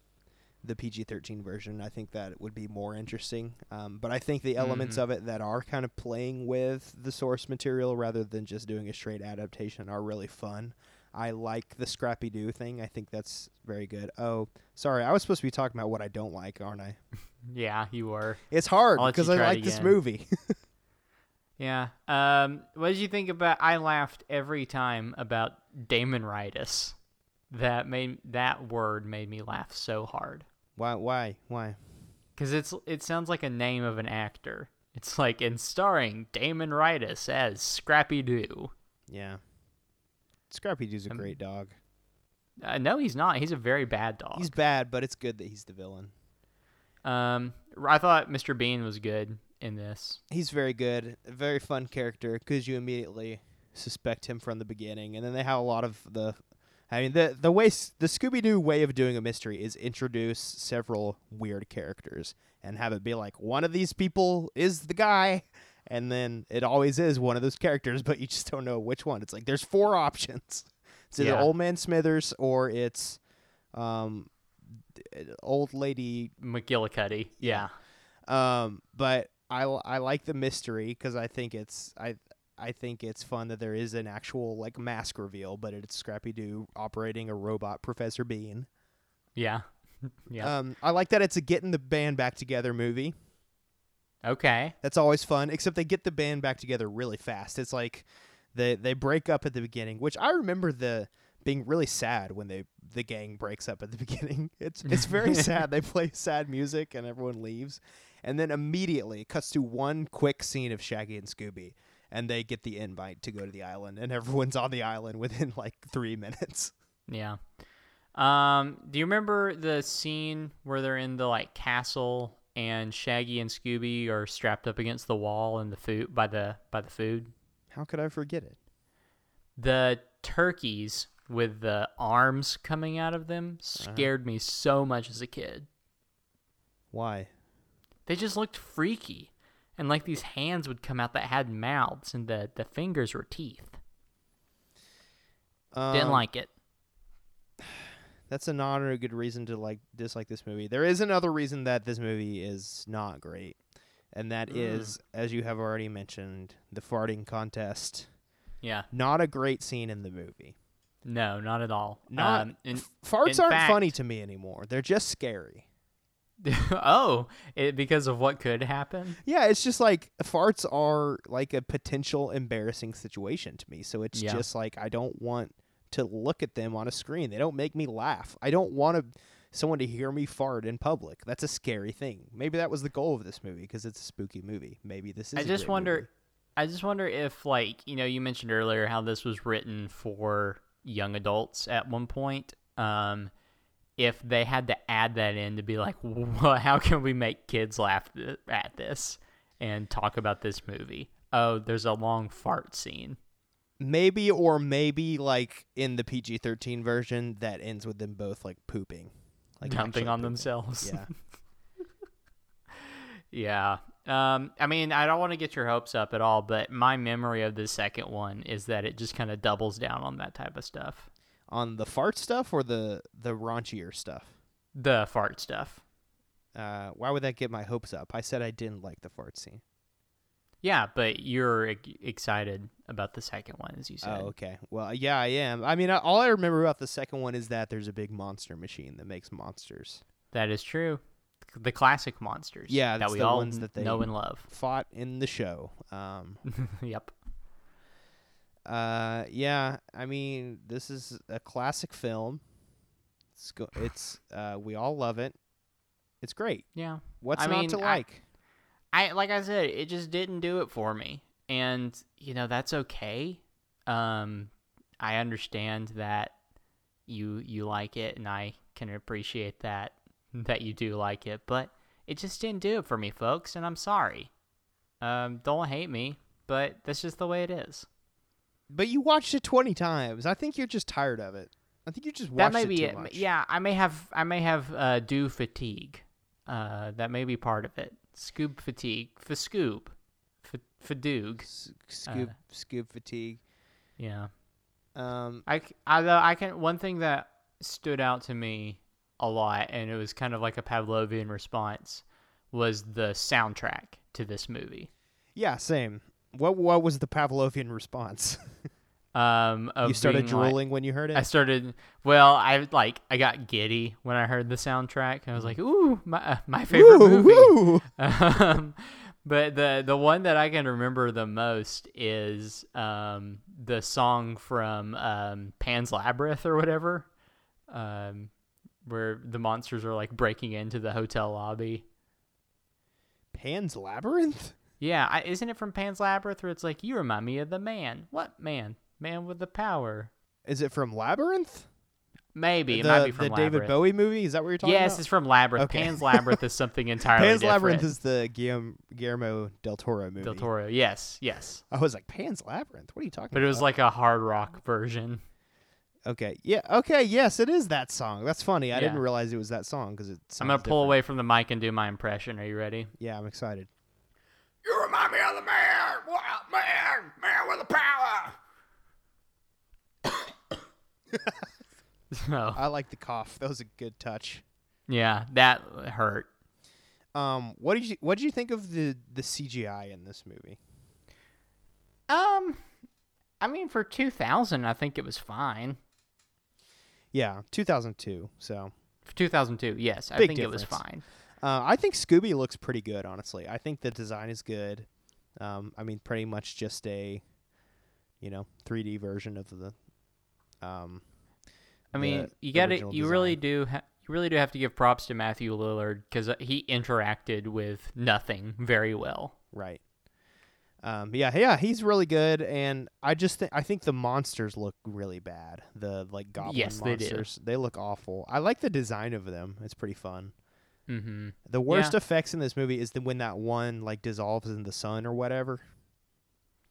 S3: the PG thirteen version. I think that it would be more interesting. Um, but I think the elements
S4: Mm-hmm.
S3: of it that are kind of playing with the source material rather than just doing a straight adaptation are really fun. I like the Scrappy Doo thing. I think that's very good. Oh, sorry, I was supposed to be talking about what I don't like, aren't I?
S4: Yeah, you were.
S3: It's hard
S4: I'll let you
S3: because I
S4: try it
S3: like this
S4: again.
S3: movie. [laughs]
S4: Yeah. Um, what did you think about? I laughed every time about Damonritis. That made that word made me laugh so hard.
S3: why? Why? Why?
S4: Because it's it sounds like a name of an actor. It's like and starring Damon Ritus as Scrappy Doo.
S3: Yeah. Scrappy Doo's a
S4: Um,
S3: great dog.
S4: Uh, no, he's not. He's a very bad dog.
S3: He's bad, but it's good that he's the villain.
S4: um, I thought Mr. Bean was good in this.
S3: he's very good, a very fun character because you immediately suspect him from the beginning, and then they have a lot of the. I mean the the way s- the Scooby Doo way of doing a mystery is introduce several weird characters and have it be like one of these people is the guy, and then it always is one of those characters, [laughs] but you just don't know which one. It's like there's four options. It's either
S4: Yeah.
S3: old man Smithers or it's um, d- old lady
S4: McGillicuddy. Yeah.
S3: um, but I, l- I like the mystery because I think it's I I think it's fun that there is an actual like mask reveal, but it's Scrappy Doo operating a robot Professor Bean.
S4: Yeah. [laughs] yeah.
S3: Um, I like that it's a getting the band back together movie.
S4: okay.
S3: That's always fun. Except they get the band back together really fast. It's like they they break up at the beginning, which I remember the being really sad when they the gang breaks up at the [laughs] beginning. It's it's very [laughs] sad. They play sad music and everyone leaves, and then immediately it cuts to one quick scene of Shaggy and Scooby, and they get the invite to go to the island, and [laughs] everyone's on the island within like three minutes.
S4: Yeah. Um, do you remember the scene where they're in the like castle and Shaggy and Scooby are strapped up against the wall and the food by the by the food?
S3: How could I forget it?
S4: the turkeys with the arms coming out of them scared me so much as a kid.
S3: Why?
S4: They just looked freaky. And like these hands would come out that had mouths and the, the fingers were teeth.
S3: Um,
S4: Didn't like it.
S3: that's a not a good reason to like dislike this movie. There is another reason that this movie is not great, and that
S4: Mm.
S3: is, as you have already mentioned, the farting contest.
S4: Yeah.
S3: Not a great scene in the movie.
S4: No, not at all.
S3: Not
S4: Um, in-
S3: f- farts
S4: in
S3: aren't
S4: fact-
S3: funny to me anymore. They're just scary.
S4: [laughs] oh, it, because of what could happen?
S3: Yeah, it's just like farts are like a potential embarrassing situation to me. So it's
S4: Yeah.
S3: just like I don't want to look at them on a screen. They don't make me laugh. I don't want to someone to hear me fart in public. That's a scary thing. Maybe that was the goal of this movie because it's a spooky movie. Maybe this is.
S4: I
S3: a
S4: just
S3: great
S4: wonder
S3: movie.
S4: I just wonder if like, you know, you mentioned earlier how this was written for young adults at one point. Um if they had to add that in to be like, well, how can we make kids laugh th- at this and talk about this movie? Oh, there's a long fart scene.
S3: Maybe or maybe like in the PG thirteen version that ends with them both like pooping, like
S4: dumping
S3: actually
S4: on
S3: pooping.
S4: themselves.
S3: Yeah.
S4: [laughs] Yeah. Um, I mean, I don't want to get your hopes up at all, but my memory of the second one is that it just kind of doubles down on that type of stuff.
S3: on the fart stuff or the the raunchier stuff.
S4: The fart stuff.
S3: Uh, why would that get my hopes up? I said I didn't like the fart scene.
S4: Yeah, but you're e- excited about the second one, as you said.
S3: Oh, okay. Well, yeah, I am. I mean, I- all I remember about the second one is that there's a big monster machine that makes monsters.
S4: That is true. The classic monsters.
S3: Yeah,
S4: that
S3: that's
S4: we
S3: the
S4: all
S3: ones that they-
S4: know and love. [laughs]
S3: Fought in the show. Um,
S4: yep.
S3: uh, yeah, I mean, this is a classic film. It's go- it's uh, we all love it. It's great.
S4: Yeah.
S3: What's
S4: I
S3: not
S4: mean,
S3: to
S4: I-
S3: like?
S4: I like I said, it just didn't do it for me, and you know that's okay. Um, I understand that you you like it, and I can appreciate that [laughs] that you do like it, but it just didn't do it for me, folks, and I'm sorry. Um, don't hate me, but that's just the way it is.
S3: But you watched it 20 times. I think you're just tired of it. I think you just watched
S4: that may
S3: it
S4: be
S3: too
S4: it.
S3: much.
S4: Yeah, I may have I may have uh, do fatigue. Uh, that may be part of it. Scoob fatigue, for scoob, for fatigue.
S3: S- scoop,
S4: Uh,
S3: scoop fatigue.
S4: Yeah.
S3: Um,
S4: I, c- I, though, I can one thing that stood out to me a lot and it was kind of like a pavlovian response was the soundtrack to this movie
S3: yeah, same. What what was the Pavlovian response? [laughs]
S4: um of
S3: you started
S4: being like-
S3: drooling when you heard it.
S4: i started well i like i got giddy when i heard the soundtrack i was like ooh my, uh, my favorite
S3: Woo,
S4: movie
S3: woo.
S4: [laughs] Um, but the the one that I can remember the most is um, the song from um, Pan's Labyrinth or whatever, um, where the monsters are like breaking into the hotel lobby.
S3: Pan's Labyrinth.
S4: Yeah, I, isn't it from Pan's Labyrinth where it's like you remind me of the man? What man? Man with the power?
S3: Is it from Labyrinth?
S4: Maybe it
S3: the
S4: might be
S3: the
S4: from
S3: David
S4: Labyrinth.
S3: Bowie movie. Is that what you're talking
S4: yes,
S3: about?
S4: it's from Labyrinth.
S3: Okay.
S4: Pan's Labyrinth is
S3: [laughs]
S4: something entirely
S3: Pan's
S4: different.
S3: Labyrinth is the Guillaume, Guillermo del Toro movie.
S4: Del Toro. Yes, yes,
S3: I was like Pan's Labyrinth. What are you talking about?
S4: but it was like a hard rock version.
S3: okay, yeah, okay, yes, it is that song. That's funny. I
S4: Yeah.
S3: didn't realize it was that song because it.
S4: I'm gonna
S3: sounds
S4: pull
S3: different.
S4: away from the mic and do my impression. Are you ready? [laughs]
S3: Yeah, I'm excited.
S2: You remind me of the man! Well, man! Man with the power!
S4: Oh,
S3: I like the cough. That was a good touch.
S4: yeah, that hurt.
S3: Um, what did you what did you think of the the CGI in this movie?
S4: Um, I mean, for 2000, I think it was fine.
S3: Yeah, 2002. So
S4: For 2002, yes, I
S3: Big
S4: think it was
S3: difference.
S4: fine.
S3: uh, I think Scooby looks pretty good, honestly. I think the design is good. Um, I mean, pretty much just a you know 3D version of the. Um,
S4: I mean,
S3: the
S4: you got to You
S3: original
S4: really do. Ha- you really do have to give props to Matthew Lillard because he interacted with nothing very well.
S3: right. Um, yeah, yeah, he's really good, and I just think I think the monsters look really bad. The like goblin
S4: Yes, they do.
S3: monsters, they look awful. I like the design of them; it's pretty fun.
S4: Mm-hmm.
S3: The worst effects in this movie is the, when that one like dissolves in the sun or whatever.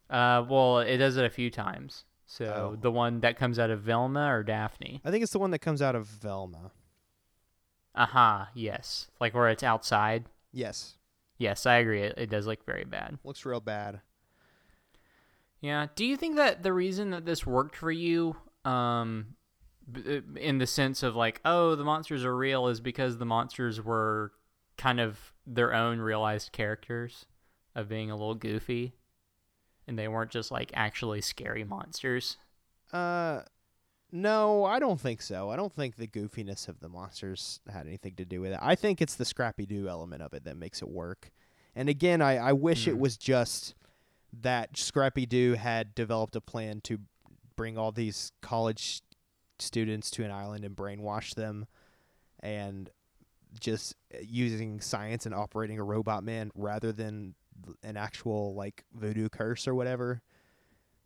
S4: Uh, well, it does it a few times. So
S3: Oh.
S4: the one that comes out of Velma or Daphne.
S3: I think it's the one that comes out of Velma.
S4: Aha, yes, like where it's outside.
S3: Yes,
S4: Yes, I agree. It, it does look very bad.
S3: looks real bad.
S4: Yeah. Do you think that the reason that this worked for you, um, b- uh, in the sense of like, oh, the monsters are real, is because the monsters were kind of their own realized characters of being a little goofy, and they weren't just like actually scary monsters.
S3: Uh, no, I don't think so. I don't think the goofiness of the monsters had anything to do with it. I think it's the Scrappy Doo element of it that makes it work. And again, I, I wish it
S4: Hmm.
S3: was just that Scrappy Doo had developed a plan to bring all these college students to an island and brainwash them and just uh, using science and operating a robot man rather than an actual like voodoo curse or whatever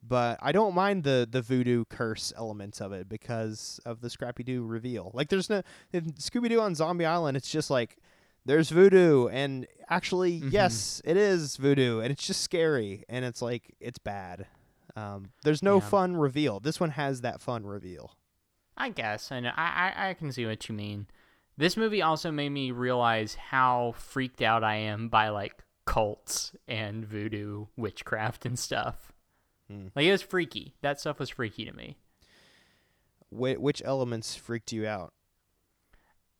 S3: but I don't mind the the voodoo curse elements of it because of the Scrappy Doo reveal. Like there's no Scooby Doo on Zombie Island. It's just like there's voodoo, and actually,
S4: Mhm.
S3: yes, it is voodoo, and it's just scary, and it's like it's bad. Um, there's no
S4: Yeah.
S3: fun reveal. This one has that fun reveal.
S4: I guess, and I, I I can see what you mean. This movie also made me realize how freaked out I am by like cults and voodoo witchcraft and stuff.
S3: Hmm.
S4: Like it was freaky. That stuff was freaky to me.
S3: Wh- which elements freaked you out?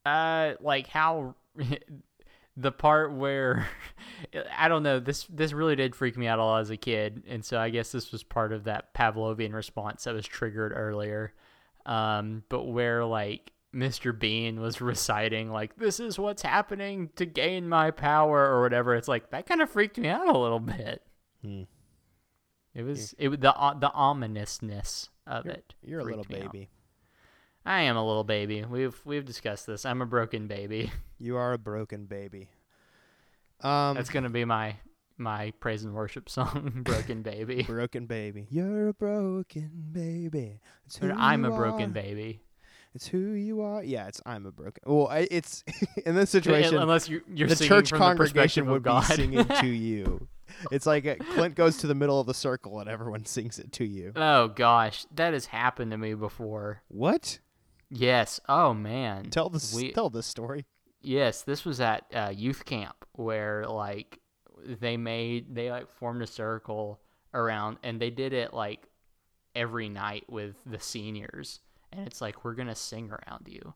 S4: Uh, like how [laughs] the part where [laughs] I don't know this this really did freak me out a lot as a kid, and so I guess this was part of that Pavlovian response that was triggered earlier. Um, but where like Mr. Bean was [laughs] reciting like this is what's happening to gain my power or whatever, it's like that kind of freaked me out a little bit.
S3: Hmm.
S4: It was it was the uh, the ominousness of it.
S3: You're a little
S4: freaked me out.
S3: baby.
S4: I am a little baby. We've we've discussed this. I'm a
S3: [laughs]
S4: broken baby.
S3: You are a broken baby. Um,
S4: That's gonna be my my praise and worship song, [laughs] "Broken Baby."
S3: broken baby. You're a broken baby. It's who
S4: Or I'm a
S3: you
S4: broken
S3: are.
S4: baby.
S3: It's who you are. Yeah, it's I'm a broken. Well, I, it's [laughs] in
S4: [laughs]
S3: this situation.
S4: Unless you, you're
S3: the
S4: singing
S3: church
S4: from
S3: congregation
S4: the
S3: would
S4: perspective
S3: be
S4: of God.
S3: singing to you. It's like uh Clint goes to the middle of the circle and everyone [laughs] sings it to you.
S4: [laughs] oh gosh, that has happened to me before.
S3: What?
S4: Yes. Oh man.
S3: Tell this.
S4: We-
S3: tell this story.
S4: Yes, this was at uh, youth camp where like they made they like formed a circle around and they did it like every night with the seniors and it's like we're gonna sing around you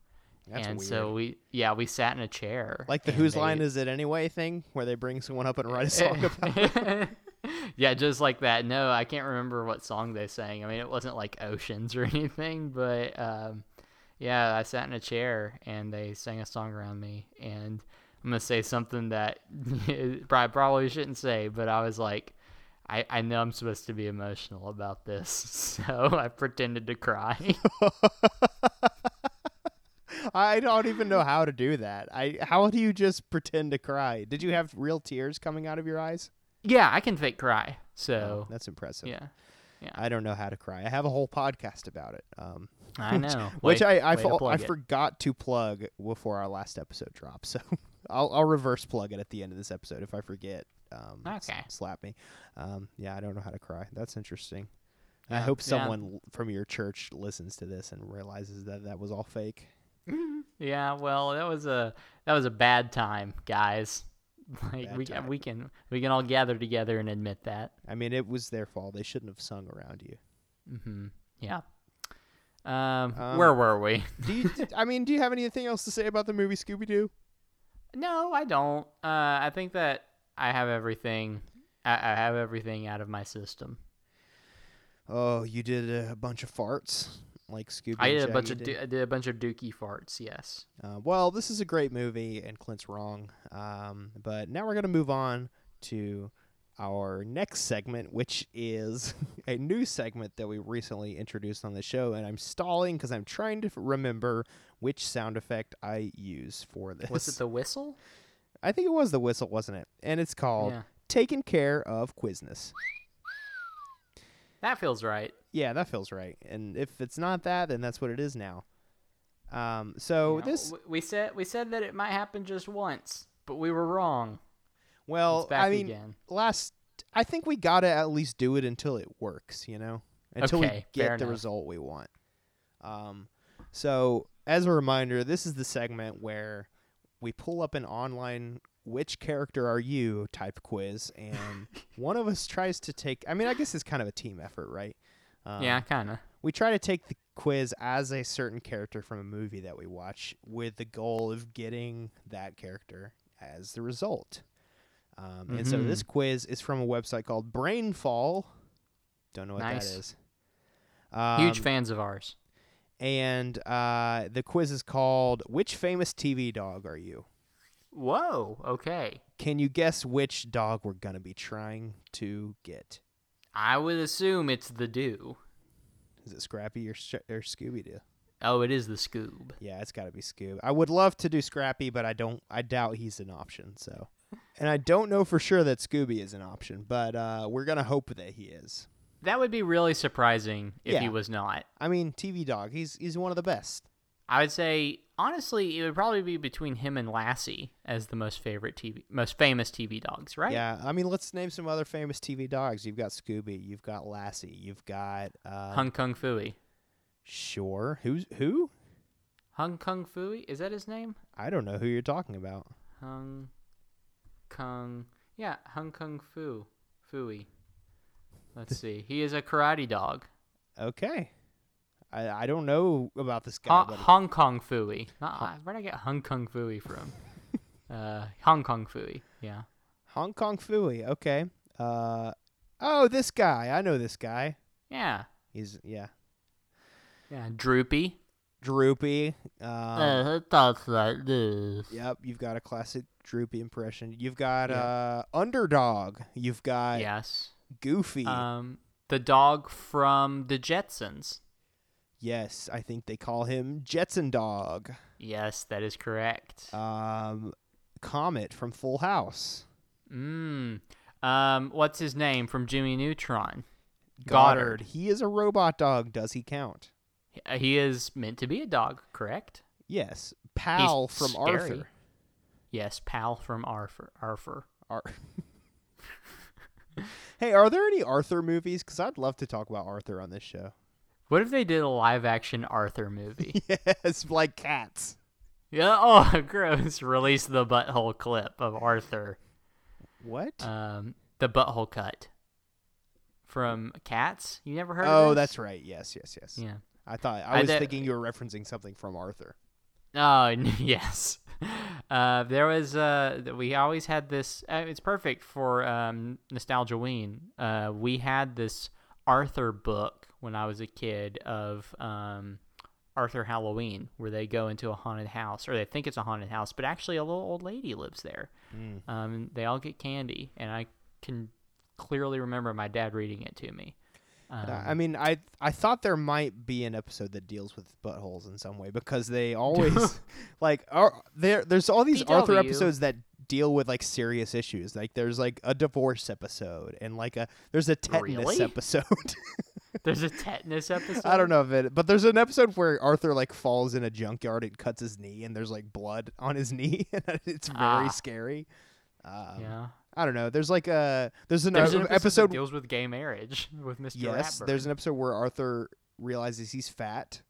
S3: That's
S4: and
S3: weird.
S4: so we yeah we sat in a chair
S3: like the
S4: and
S3: whose
S4: they-
S3: line is it anyway thing, where they bring someone up and
S4: Eh.
S3: write a
S4: [laughs]
S3: song about.
S4: yeah just like that no I can't remember what song they sang I mean it wasn't like oceans or [laughs] anything but um, yeah I sat in a chair and they sang a song around me and I'm gonna say something that [laughs] I probably shouldn't say but I was like I, I know I'm supposed to be emotional about this [laughs] so I pretended to cry [laughs]
S3: I don't even know how to do that. I how do you just pretend to cry? Did you have real tears coming out of your eyes?
S4: yeah I can fake cry so
S3: Oh, That's impressive. [laughs]
S4: yeah
S3: I don't know how to cry. I have a whole podcast about it. Um,
S4: I know
S3: which
S4: Way-
S3: I I,
S4: way to
S3: fo- I
S4: plug it.
S3: forgot to plug before our last episode dropped. [laughs] So I'll I'll reverse plug it at the end of this episode if I forget. Um, s-
S4: Okay.
S3: slap me. Um, yeah, I don't know how to cry. That's interesting. I
S4: Yeah,
S3: hope
S4: yeah.
S3: someone l- from your church listens to this and realizes that that was all fake.
S4: Yeah, well, that was a that was a bad time, guys. [laughs] Like
S3: Bad
S4: we
S3: time.
S4: we can we can all gather together and admit that.
S3: I mean, it was their fault. They shouldn't have sung around you.
S4: hmm Yeah. Um,
S3: Um,
S4: where were we? [laughs]
S3: Do you, I mean, do you have anything else to say about the movie Scooby Doo?
S4: no, I don't. Uh, I think that I have everything. I, I have everything out of my system.
S3: Oh, you did a bunch of farts like Scooby.
S4: I
S3: and
S4: did a bunch
S3: Shaggy
S4: of
S3: did.
S4: do- I did a bunch of dookie farts. Yes.
S3: Uh, well, this is a great movie, and Clint's wrong. Um, but now we're going to move on to our next segment, which is [laughs] a new segment that we recently introduced on the show. And I'm stalling because I'm trying to f- remember which sound effect I use for this.
S4: Was it the whistle?
S3: I think it was the whistle, wasn't it? And it's called
S4: Yeah.
S3: Taking Care of Quizness.
S4: That feels right.
S3: Yeah, that feels right. And if it's not that, then that's what it is now. Um, so
S4: You know,
S3: this,
S4: w- we said we said that it might happen just once, but we were wrong.
S3: well,
S4: It's back
S3: I mean,
S4: again.
S3: last I think we gotta at least do it until it works, you know? Until
S4: Okay,
S3: we
S4: fair
S3: get the
S4: enough.
S3: result we want. Um so as a reminder, this is the segment where we pull up an online which character are you type quiz
S4: [laughs]
S3: and one of us tries to take I mean I guess it's kind of a team effort, right? Um,
S4: yeah, kind of.
S3: we try to take the quiz as a certain character from a movie that we watch with the goal of getting that character as the result. Um, And so this
S4: Mm-hmm.
S3: quiz is from a website called Brainfall. Don't know what
S4: Nice.
S3: that is. Um,
S4: Huge fans of ours.
S3: And uh, the quiz is called Which Famous TV Dog Are You?
S4: Whoa. Okay.
S3: Can you guess which dog we're going to be trying to get?
S4: I would assume it's the do.
S3: Is it Scrappy or, Sh- or Scooby Doo?
S4: Oh, it is the Scoob.
S3: Yeah, it's got to be Scoob. I would love to do Scrappy, but I don't. I doubt he's an option.
S4: [laughs]
S3: So, and I don't know for sure that Scooby is an option, but uh, we're gonna hope that he is.
S4: That would be really surprising if he
S3: Yeah.
S4: was not.
S3: I mean, TV dog. He's he's one of the best.
S4: I would say honestly, it would probably be between him and Lassie as the most favorite TV, most famous TV dogs, right?
S3: Yeah. I mean, let's name some other famous TV dogs. You've got Scooby. You've got Lassie. You've got uh,
S4: Hung Kung Fui.
S3: Sure. Who's who?
S4: Hung Kung Fui is that his name?
S3: I don't know who you're talking about.
S4: Hung Kung. Yeah, Hung Kung Fu. Fui. [laughs] Let's see. He is a karate dog.
S3: Okay. I, I don't know about this guy.
S4: Hong,
S3: but [laughs]
S4: Hong Kong Fooey. Uh, where'd I get Hong Kong Fooey from? Uh, Hong Kong Fooey. Yeah.
S3: Hong Kong Fooey. Okay. Uh, oh, this guy. I know this guy.
S4: Yeah.
S3: He's yeah,
S4: Yeah. Droopy.
S3: droopy.
S4: Uh.
S3: Um,
S4: it talks like this.
S3: Yep, you've got a classic droopy impression. You've got uh, underdog. You've got
S4: Yes.
S3: goofy.
S4: Um, the dog from the Jetsons.
S3: yes, I think they call him Jetson Dog.
S4: Yes, that is correct.
S3: Um, Comet from Full House.
S4: Mm. Um, what's his name from Jimmy Neutron? Goddard.
S3: He is a robot dog. Does he count?
S4: Uh, He is meant to be a dog, correct?
S3: Yes. Pal from
S4: scary.
S3: Arthur.
S4: Yes, Pal from Arthur. Arthur.
S3: Ar- [laughs] hey, are there any Arthur movies? Because I'd love to talk about Arthur on this
S4: [laughs]
S3: show.
S4: What if they did a live action Arthur movie?
S3: yes, like cats.
S4: yeah. Oh, [laughs] gross. Release the butthole clip of Arthur.
S3: What?
S4: Um, the butthole cut from Cats. You never heard of
S3: oh,
S4: this?
S3: that's right. Yes, yes, yes.
S4: Yeah.
S3: I thought
S4: I
S3: I was
S4: did-
S3: thinking you were referencing something from Arthur.
S4: Oh [laughs] n- yes, uh, there was. Uh, th- we always had this. Uh, it's perfect for um, nostalgia ween. Uh, we had this Arthur book when I was a kid of um, Arthur Halloween, where they go into a haunted house, or they think it's a haunted house, but actually a little old lady lives there.
S3: Hmm.
S4: Um, and they all get candy, and I can clearly remember my dad reading it to me. Um,
S3: Uh, I mean, I I thought there might be an episode that deals with buttholes in some way because
S4: [laughs]
S3: they always like are there. There's all these Arthur
S4: BW.
S3: episodes that deal with like serious issues. Like there's like a divorce episode and like a there's a tetanus
S4: Really?
S3: episode. [laughs]
S4: there's a tetanus episode.
S3: I don't know if it, but there's an episode where Arthur like falls in a junkyard and cuts his knee and there's like blood on his [laughs] knee and it's very
S4: Ah.
S3: scary. Um,
S4: Yeah.
S3: I don't know. There's like a there's an,
S4: There's
S3: uh,
S4: an episode,
S3: episode
S4: that deals with gay marriage [laughs] with Mr.
S3: Yes,
S4: Ratburn.
S3: there's an episode where Arthur realizes he's fat,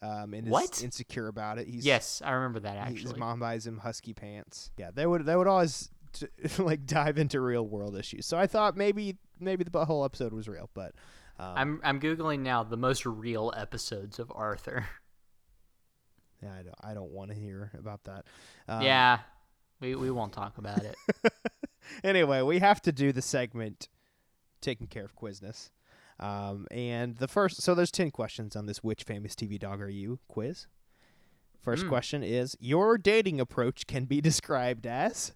S3: um, and
S4: What?
S3: is insecure about it. He's
S4: yes, I remember that
S3: he-
S4: actually.
S3: his mom buys him husky pants. Yeah, they would they would always t- [laughs] like dive into real world issues. So I thought maybe maybe the butthole episode was real, but um,
S4: I'm I'm googling now the most real episodes of Arthur. [laughs]
S3: yeah, I don't I don't want to hear about that. Um,
S4: yeah, we we won't talk about
S3: [laughs]
S4: it.
S3: Anyway, we have to do the segment taking care of quizness. Um, and the first, so there's 10 questions on this Which Famous TV Dog Are You quiz. First question is Your dating approach can be [laughs] described as.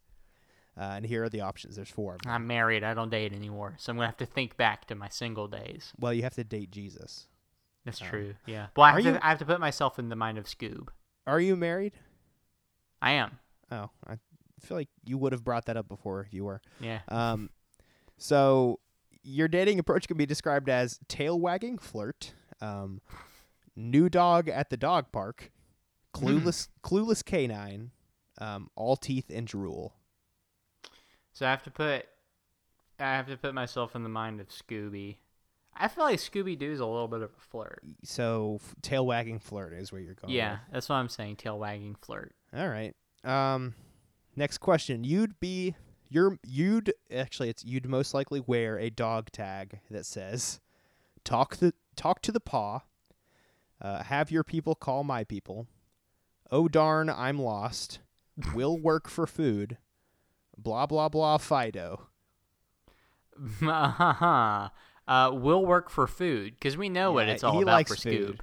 S3: Uh, and here are the options. There's four of them.
S4: I'm married. I don't date anymore, so I'm gonna have to think back to my single days.
S3: Well, you have to date Jesus.
S4: That's true. Yeah. Well,
S3: Oh.
S4: I
S3: Are
S4: have, to,
S3: you-
S4: I have to put myself in the mind of Scoob.
S3: Are you married?
S4: I am.
S3: Oh, I feel like you would have brought that up before if you were.
S4: Yeah.
S3: Um, so your dating approach can be described as tail wagging flirt, um, new dog at the dog park, clueless clueless canine, um, all teeth and drool.
S4: So I have to put I have to put myself in the mind of Scooby. I feel like Scooby Doo's a little bit of a flirt.
S3: So f- tail wagging flirt is where you're going.
S4: Yeah, that's what I'm saying. Tail wagging flirt.
S3: with. All right. Um, next question. You'd be you're you'd actually it's you'd most likely wear a dog tag that says talk the talk to the paw uh, have your people call my people oh darn i'm lost will work for food blah blah blah fido
S4: uh [laughs] will work for food because we know what
S3: Yeah,
S4: it's all
S3: he
S4: about
S3: likes
S4: for Scoob.
S3: food.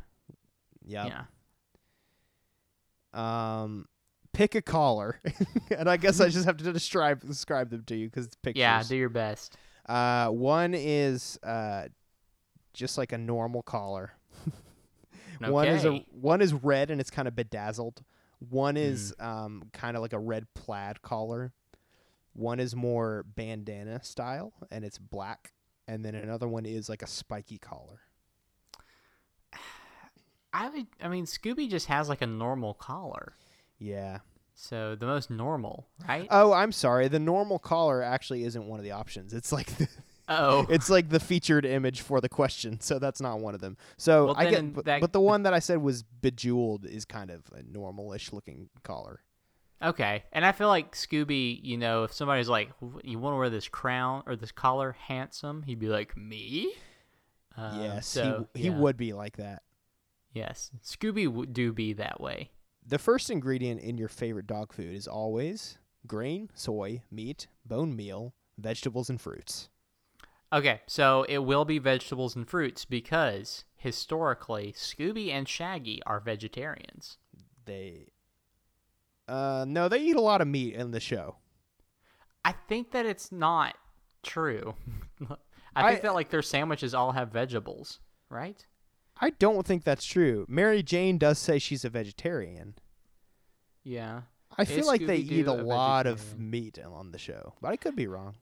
S3: yep.
S4: Yeah,
S3: um pick a caller [laughs] and i guess i just have to describe describe them to you because it's pictures
S4: yeah, do your best.
S3: Uh, one is uh, just like a normal collar. One is a
S4: Okay.
S3: one is red and it's kind of bedazzled. One is um, kind of like a red plaid collar. One is more bandana style and it's black. And then another one is like a spiky collar.
S4: I would. I mean, Scooby just has like a normal collar,
S3: Yeah.
S4: so the most normal,
S3: [laughs]
S4: right?
S3: Oh, I'm sorry. The normal collar actually isn't one of the options. It's like [laughs] the,
S4: oh,
S3: it's like the featured image for the question, so that's not one of them. So
S4: Well,
S3: I
S4: then
S3: get,
S4: in
S3: but,
S4: that-
S3: but the one that I said was bejeweled is kind of a normalish looking collar.
S4: okay. And I feel like Scooby. You know, if somebody's like, "W- "You want to wear this crown or this collar, handsome," he'd be like, "Me." Um,
S3: yes, he
S4: so,
S3: w- he,
S4: yeah.
S3: would be like that.
S4: Yes, Scooby w- do be that way.
S3: The first ingredient in your favorite dog food is always grain, soy, meat, bone meal, vegetables, and fruits.
S4: Okay, so it will be vegetables and fruits because historically Scooby and Shaggy are vegetarians.
S3: They. Uh, no, they eat a lot of meat in the show.
S4: I think that it's not true. [laughs] I think
S3: I-
S4: that like their sandwiches all have vegetables, right?
S3: I don't think that's true. Mary Jane does say she's a vegetarian.
S4: Yeah.
S3: I
S4: Is
S3: feel like they eat
S4: Scooby-Doo
S3: a,
S4: a
S3: lot of
S4: vegetarian?
S3: meat on the show, but I could be wrong.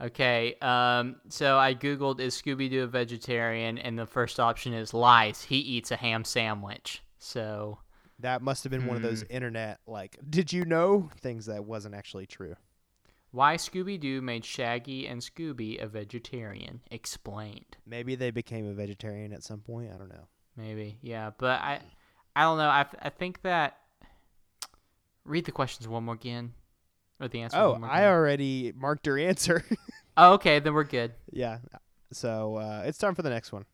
S4: Okay. Um so I googled is Scooby Doo a vegetarian and the first option is lies. He eats a ham sandwich. So
S3: That must have been one of [laughs] those internet like, did you know things that wasn't actually true.
S4: why Scooby Doo made Shaggy and Scooby a vegetarian explained.
S3: Maybe they became a vegetarian at some point. I don't know.
S4: Maybe, yeah. But I, I don't know. I, I think that. Read the questions one more again, or the answer.
S3: Oh,
S4: one more
S3: I
S4: again.
S3: already marked your answer.
S4: Oh, okay, then we're good.
S3: yeah. So uh, it's time for the next one.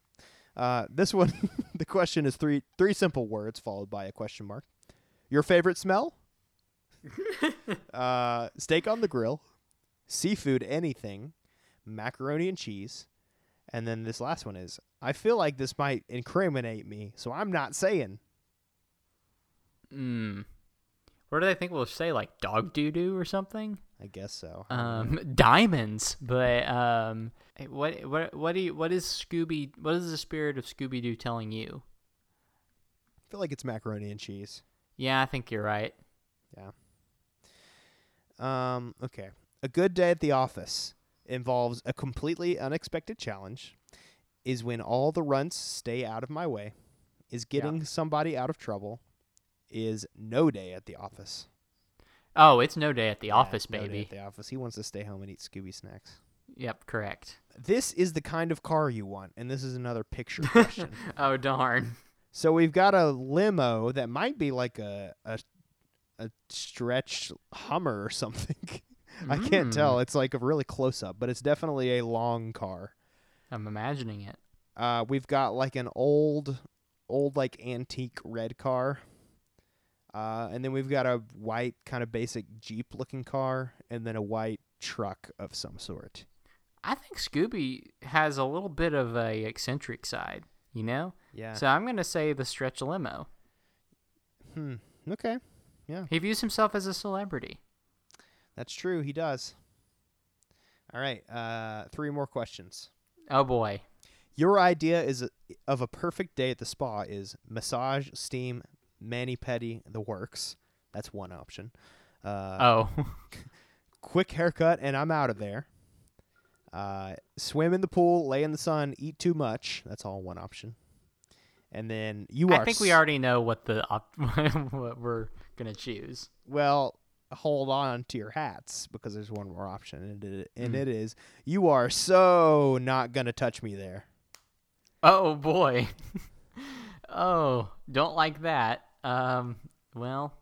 S3: Uh, this one, [laughs] the question is three three simple words followed by a question mark. Your favorite smell? uh, steak on the grill, seafood, anything, macaroni and cheese, and then this last one is I feel like this might incriminate me, so I'm not saying.
S4: Mm. What do they think we'll say? Like dog doo doo or something?
S3: I guess so.
S4: Um, [laughs] diamonds. But um, what what what do you, what is Scooby? What is the spirit of Scooby Doo telling you?
S3: I feel like it's macaroni and cheese.
S4: Yeah, I think you're right.
S3: Um, okay. A good day at the office involves a completely unexpected challenge, is when all the runts stay out of my way, is getting somebody out of trouble, is no day at the office.
S4: Oh, it's no day at the
S3: Yeah,
S4: office,
S3: no day
S4: baby.
S3: at the office. He wants to stay home and eat Scooby snacks.
S4: Yep, correct. [laughs]
S3: This is the kind of car you want, and this is another
S4: [laughs]
S3: picture question.
S4: Oh darn.
S3: So we've got a limo that might be like a a, a stretched Hummer or something. [laughs] [laughs] I can't
S4: Mm.
S3: tell. It's like a really close up, but it's definitely a long car.
S4: I'm imagining it.
S3: Uh, we've got like an old, old like antique red car. Uh, and then we've got a white kind of basic Jeep looking car, and then a white truck of some sort.
S4: I think Scooby has a little bit of a eccentric side, you know.
S3: Yeah.
S4: So I'm gonna say the stretch limo.
S3: hmm. Okay,
S4: He views himself as a celebrity.
S3: that's true. He does. All right. Uh, three more questions.
S4: Oh boy.
S3: Your idea is uh, of a perfect day at the spa is massage, steam, mani pedi, the works. That's one option. Uh,
S4: Oh,
S3: Quick haircut and I'm out of there. Uh, swim in the pool, lay in the sun, eat too much. That's all one option. And then you are.
S4: I think we
S3: s-
S4: already know what the op- [laughs] what we're gonna choose.
S3: Well, hold on to your hats because there's one more option, and it, and
S4: Mm.
S3: it is you are so not gonna touch me there.
S4: Oh boy. [laughs] oh, don't like that. Um. Well,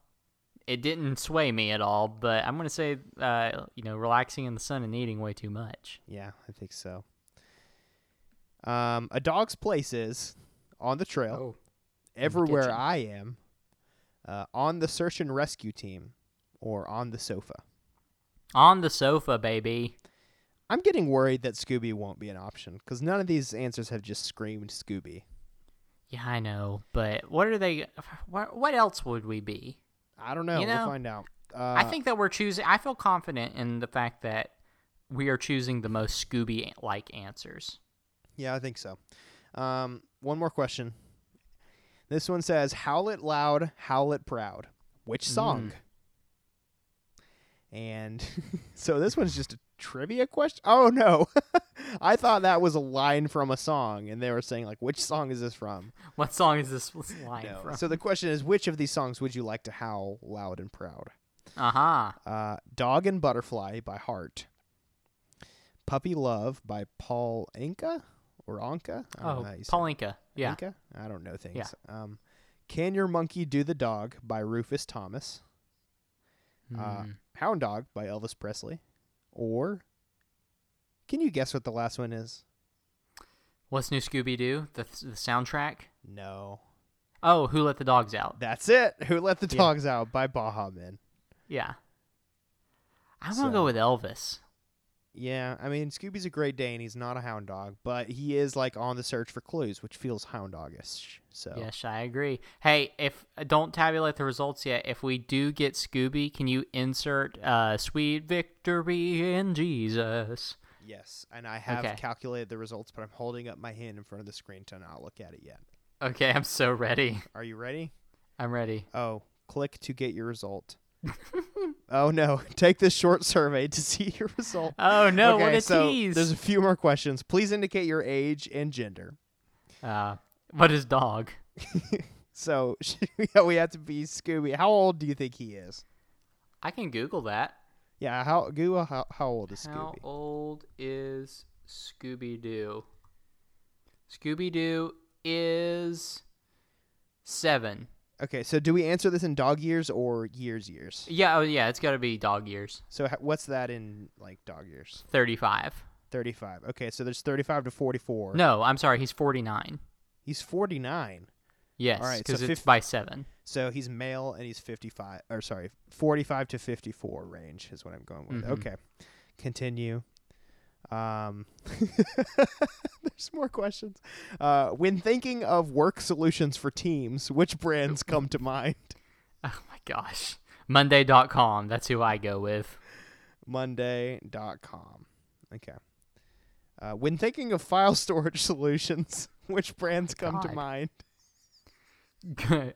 S4: it didn't sway me at all, but I'm gonna say, uh, you know, relaxing in the sun and eating way too much.
S3: Yeah, I think so. Um, a dog's place is on the
S4: Oh,
S3: trail, everywhere
S4: kitchen.
S3: I am, uh, on the search and rescue team, or on the sofa.
S4: On the sofa, baby.
S3: I'm getting worried that Scooby won't be an option because none of these answers have just screamed Scooby.
S4: Yeah, I know, but what are they? What what else would we be?
S3: I don't know.
S4: You know,
S3: we'll find out. Uh,
S4: I think that we're choosing. I feel confident in the fact that we are choosing the most Scooby-like answers. [laughs]
S3: Yeah, I think so. Um, one more question. This one says, "Howl it loud, howl it proud."
S4: Mm.
S3: Which song? And [laughs] so this one's just a trivia question. Oh no, [laughs] I thought that was a line from a song, and they were saying like, "Which song is this from?"
S4: What song is this line
S3: [laughs] No.
S4: from?
S3: So the question is, which of these songs would you like to howl loud and proud?
S4: Uh-huh.
S3: Uh, Dog and Butterfly by Heart. Puppy Love by Paul Anka or Anka. I don't know
S4: Oh,
S3: how you say it.
S4: Paulinka. Yeah.
S3: Anka? I don't know things. Um, Can Your Monkey Do the Dog by Rufus Thomas.
S4: Hmm.
S3: Uh, Hound Dog by Elvis Presley. Or can you guess what the last one is?
S4: What's new, Scooby-Doo? The, the soundtrack.
S3: No.
S4: Oh, Who Let the Dogs Out?
S3: That's it. Who Let the
S4: Yeah.
S3: Dogs Out by Baha Men.
S4: Yeah. I want to go with Elvis.
S3: Yeah, I mean Scooby's a Great Dane. He's not a hound dog, but he is like on the search for clues, which feels hound dogish. So
S4: Yes, I agree. Hey, if uh, don't tabulate the results yet. If we do get Scooby, can you insert uh, "Sweet Victory in Jesus"?
S3: yes, and I have
S4: Okay.
S3: calculated the results, but I'm holding up my hand in front of the screen to not look at it yet.
S4: Okay, I'm so ready.
S3: Are you ready?
S4: I'm ready.
S3: Oh, click to get your
S4: [laughs]
S3: result. oh no, [laughs] take this short survey to see your result.
S4: Oh no!
S3: okay,
S4: what a
S3: so
S4: tease!
S3: there's a few more questions. Please indicate your age and gender.
S4: Uh, what is dog?
S3: So [laughs] yeah, we have to be Scooby. How old do you think he is?
S4: I can Google that.
S3: Yeah, how Google how, how old is
S4: How
S3: Scooby?
S4: old is Scooby Doo? Scooby Doo is seven.
S3: Okay, so do we answer this in dog years or years years?
S4: Yeah, oh yeah, it's got to be dog years.
S3: So h- what's that in like dog years?
S4: Thirty-five.
S3: 35. Okay, so there's 35 to 44.
S4: No, I'm sorry. He's forty-nine.
S3: He's 49.
S4: Yes,
S3: All right, so
S4: because it's
S3: fif-
S4: by seven. [laughs]
S3: So he's male and he's 55 or sorry, 45 to 54 range is what I'm going with.
S4: Mhm.
S3: Okay. Continue. Um [laughs] there's more questions. Uh when thinking of work solutions for teams, which brands come to mind?
S4: Oh my gosh. Monday.com. That's who I go with. [laughs]
S3: monday.com. Okay. Uh, when thinking of file [laughs] storage solutions, [laughs] which brands come to
S4: Oh, God.
S3: mind?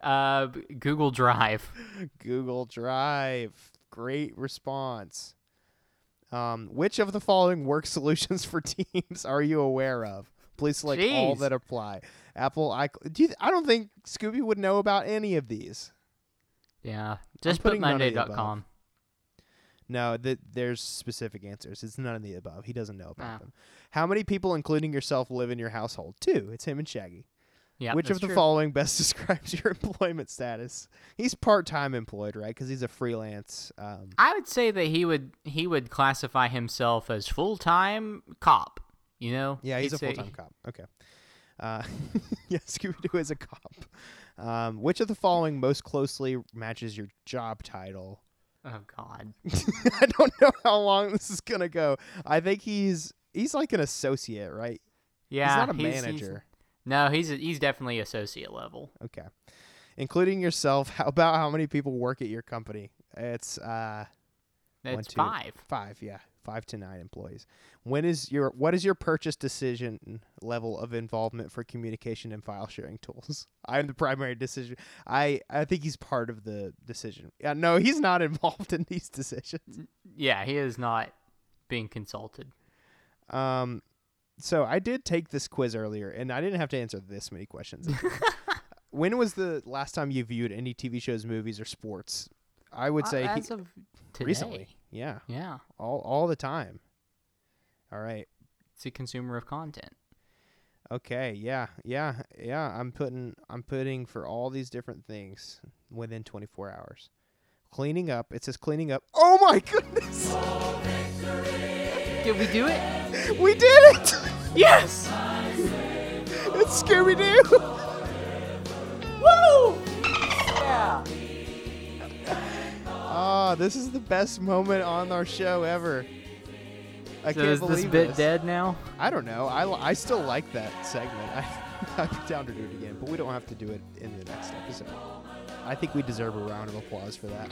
S4: uh, Google Drive.
S3: Google Drive. Great response. Um, which of the following work [laughs] solutions for teams are you aware of? Please select all
S4: Jeez.
S3: that apply. Apple, I, do you, I don't think Scooby would know about any of these.
S4: Yeah. Just put
S3: putting none of the
S4: Monday.com.
S3: No, th- there's specific answers. It's none of the above. He doesn't know about
S4: Ah.
S3: them. How many people, including yourself, live in your household? Two. It's him and Shaggy.
S4: Yeah.
S3: Which
S4: that's
S3: of the
S4: true.
S3: following best [laughs] describes your employment status? He's part time employed, right? Because he's a freelance. Um,
S4: I would say that he would he would classify himself as full time cop. You know.
S3: yeah, he's
S4: He'd
S3: a full
S4: say-
S3: time cop. Okay. Uh, [laughs] yeah, Scooby Doo is a cop. Um, which of the following most closely matches your job title? [laughs]
S4: Oh God.
S3: I don't know how long this is gonna go. I think he's he's like an associate, right?
S4: Yeah.
S3: he's not a
S4: he's- he's-
S3: manager.
S4: no, he's he's definitely associate level.
S3: Okay. Including yourself, [laughs] how about how many people work at your company? It's uh,
S4: That's
S3: One, two.
S4: five.
S3: Five, yeah, five to nine employees. When is your what is your purchase decision level of involvement for communication and file sharing tools? [laughs] I'm the primary decision. I I think he's part of the decision. Yeah, no, he's not [laughs] involved in these decisions.
S4: Yeah, he is not being consulted. Mm-hmm.
S3: Um, so I did take this quiz earlier, and I didn't have to answer this many
S4: [laughs]
S3: questions. [laughs] when was the last time you viewed any TV shows, movies, or sports? I would say he-
S4: Uh, as of today.
S3: recently. Yeah,
S4: Yeah.
S3: all all the time. All right.
S4: It's a consumer of content.
S3: Okay, yeah, yeah, yeah. I'm putting I'm putting for all these different things within 24 hours. Cleaning up. It says cleaning up. Oh my goodness, [laughs]
S4: Did we do it?
S3: we did it! [laughs]
S4: Yes.
S3: It's Scooby [laughs] Doo.
S4: Woo! Yeah.
S3: [laughs] Ah, this is the best moment on our show ever. I
S4: So
S3: can't
S4: is this
S3: believe
S4: bit
S3: this.
S4: dead now?
S3: I don't know. I, li- I still like that segment. [laughs] I, I'd be down to do it again, but we don't have to do it in the next episode. I think we deserve a round of applause for that.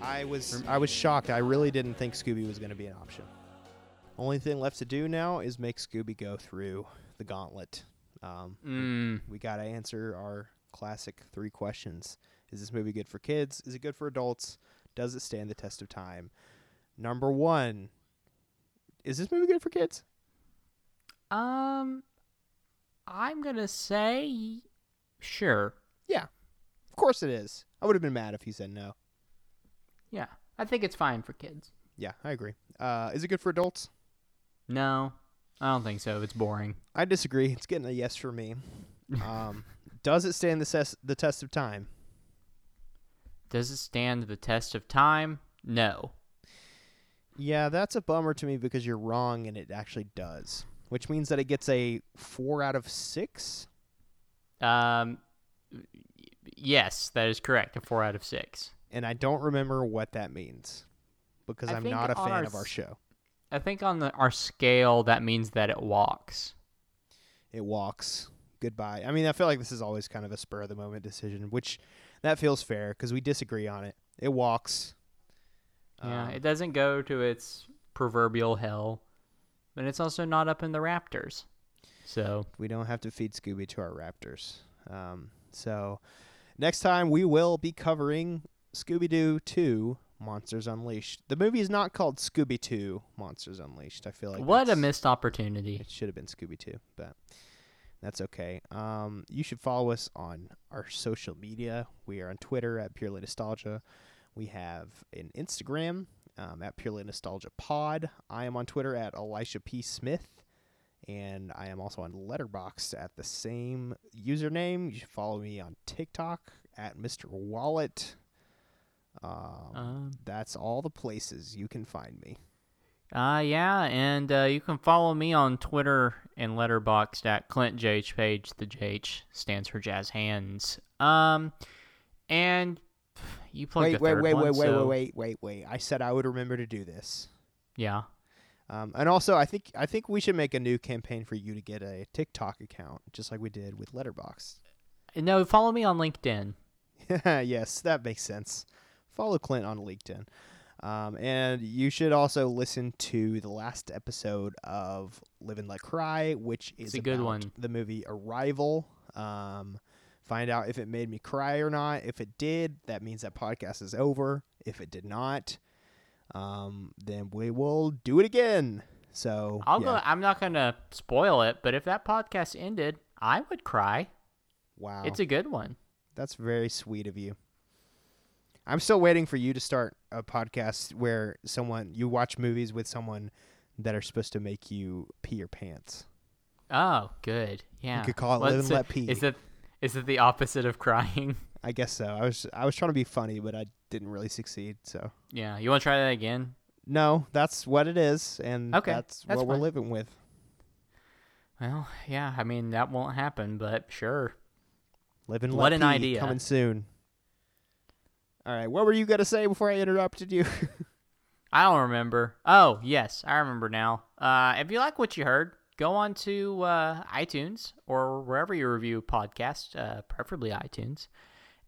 S3: I was I was shocked. I really didn't think Scooby was going to be an option. Only thing left to do now is make Scooby go through the gauntlet. Um,
S4: Mm.
S3: we got to answer our classic three questions. Is this movie good for kids? Is it good for adults? Does it stand the test of time? Number one, is this movie good for kids?
S4: Um, I'm gonna say sure.
S3: Yeah, of course it is. I would have been mad if you said no.
S4: Yeah, I think it's fine for kids.
S3: Yeah, I agree. Uh, is it good for adults?
S4: No, I don't think so. It's boring.
S3: I disagree. It's getting a yes for me. Um, does it stand the, ses- the test of time?
S4: Does it stand the test of time? No.
S3: Yeah, that's a bummer to me because you're wrong and it actually does, which means that it gets a four out of six.
S4: Um, Yes, that is correct. A four out of six.
S3: and I don't remember what that means because
S4: I
S3: I'm
S4: think
S3: not a
S4: on
S3: fan
S4: our
S3: of our
S4: s-
S3: show.
S4: I think on the, our scale, that means that it walks.
S3: It walks goodbye. I mean, I feel like this is always kind of a spur of the moment decision, which that feels fair because we disagree on it. It walks.
S4: Yeah,
S3: Um,
S4: Uh, it doesn't go to its proverbial hell, but it's also not up in the Raptors. So
S3: we don't have to feed Scooby to our raptors. Um, so next time we will be covering Scooby Doo 2 Monsters Unleashed. The movie is not called Scooby 2 Monsters Unleashed. I feel like
S4: what a
S3: that's-
S4: missed opportunity.
S3: It should have been Scooby Doo, but that's okay. Um, you should follow us on our social media. We are on Twitter at Purely Nostalgia. We have an Instagram um, at Purely Nostalgia Pod. I am on Twitter at Elisha P Smith, and I am also on Letterboxd at the same username. You should follow me on TikTok at Mr Wallet. Um,
S4: Um,
S3: that's all the places you can find me.
S4: Uh, yeah, and uh, you can follow me on Twitter and Letterboxd at Clint JH Page. The JH stands for Jazz Hands. Um, and you plug
S3: Wait,
S4: the
S3: wait,
S4: third
S3: wait,
S4: one,
S3: wait, wait,
S4: so-
S3: wait, wait, wait, wait. I said I would remember to do this.
S4: Yeah,
S3: Um, and also, I think I think we should make a new campaign for you to get a TikTok account, just like we did with Letterbox.
S4: no, follow me on LinkedIn.
S3: [laughs] yes, that makes sense. Follow Clint on LinkedIn, um, and you should also listen to the last episode of Live and Let Cry, which is
S4: a good
S3: about
S4: one.
S3: The movie Arrival. Um, find out if it made me cry or not. If it did, that means that podcast is over. If it did not, um, then we will do it again. So
S4: I'll
S3: yeah.
S4: go. I'm not gonna spoil it, but if that podcast ended, I would cry.
S3: Wow.
S4: It's a good one.
S3: That's very sweet of you. I'm still waiting for you to start a podcast where someone you watch movies with someone that are supposed to make you pee your pants.
S4: Oh, good. Yeah.
S3: could call it Live and
S4: uh,
S3: Let Pee.
S4: Is it is it the opposite of crying? [laughs]
S3: I guess so. I was I was trying to be funny, but I didn't really succeed. So
S4: yeah. You want to try that again?
S3: no, that's what it is, and
S4: Okay,
S3: that's,
S4: that's
S3: what we're
S4: fine.
S3: living with.
S4: Well, yeah. I mean, that won't happen, but sure.
S3: Live and
S4: What
S3: let
S4: an
S3: pee,
S4: idea.
S3: coming soon. All right, what were you gonna say before I interrupted you? [laughs]
S4: I don't remember. Oh, yes, I remember now. Uh, if you like what you heard, go on to uh, iTunes or wherever you review podcasts, uh, preferably iTunes,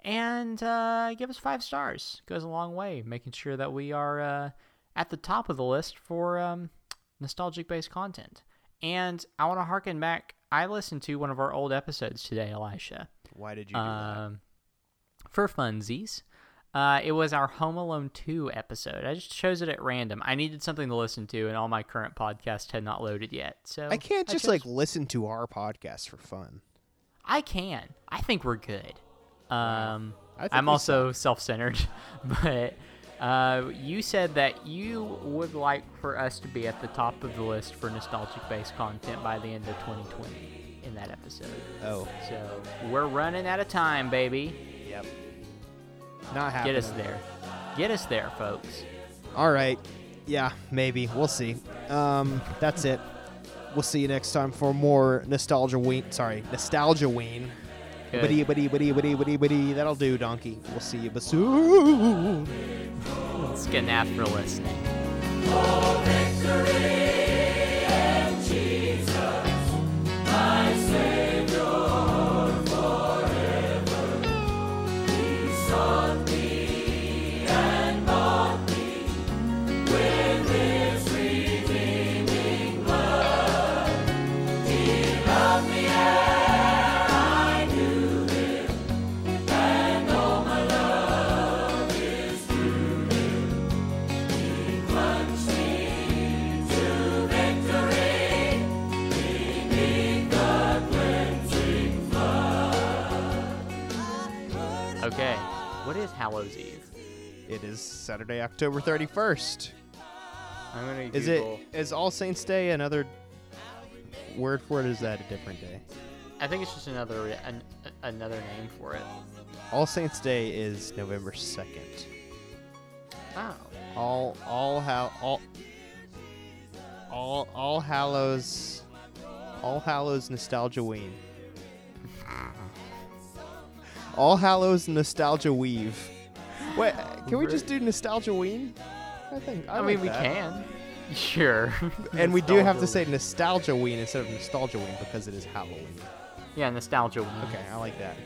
S4: and uh, give us five stars. Goes a long way, making sure that we are uh, at the top of the list for um, nostalgic based content. And I want to harken back. I listened to one of our old episodes today, Elisha.
S3: Why did you
S4: Um, for funsies, uh, it was our Home Alone 2 episode. I just chose it at random. I needed something to listen to, and all my current podcasts had not loaded yet. So
S3: I can't just
S4: chose-
S3: like listen to our podcast for fun.
S4: I can. I think we're good. Um,
S3: I think
S4: I'm
S3: we
S4: also self-centered, [laughs] but uh, you said that you would like for us to be at the top of the list for nostalgic-based content by the end of 2020 in that episode.
S3: Oh,
S4: So we're running out of time, baby.
S3: yep. Not happening.
S4: Get us there. Get us there, folks.
S3: All right. Yeah, maybe. We'll see. Um, that's it. We'll see you next time for more nostalgia ween. Sorry, nostalgia ween.
S4: Good.
S3: Biddy, biddy, biddy, biddy, biddy, biddy. That'll do, donkey. We'll see you bassoon.
S4: Scanap for listening. Okay, what is Hallows Eve?
S3: It is Saturday, October 31st.
S4: I'm gonna
S3: Is it? Is All Saints Day another word for it? Is that a different day?
S4: I think it's just another an, another name for it.
S3: All Saints Day is November 2nd.
S4: Oh,
S3: All all how all all all hallows
S4: [laughs]
S3: all hallows nostalgia ween. All Hallows Nostalgia Weave. Wait, can we just do Nostalgia Ween? I think. I,
S4: I mean,
S3: like
S4: we
S3: that.
S4: can. [laughs] Sure.
S3: And we do have to say Nostalgia Ween instead of Nostalgia Ween because it is Halloween.
S4: yeah, nostalgia. Ween.
S3: Okay, I like that.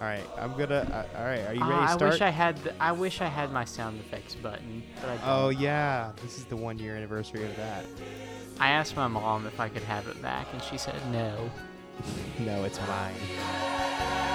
S3: All right, I'm gonna. Uh, all right, are you
S4: Ah,
S3: ready to
S4: I
S3: start?
S4: wish I had. The, I wish I had my sound effects button, but I don't.
S3: Oh yeah, this is the one year anniversary of that.
S4: I asked my mom if I could have it back, and she said no.
S3: No, it's mine.
S5: Thank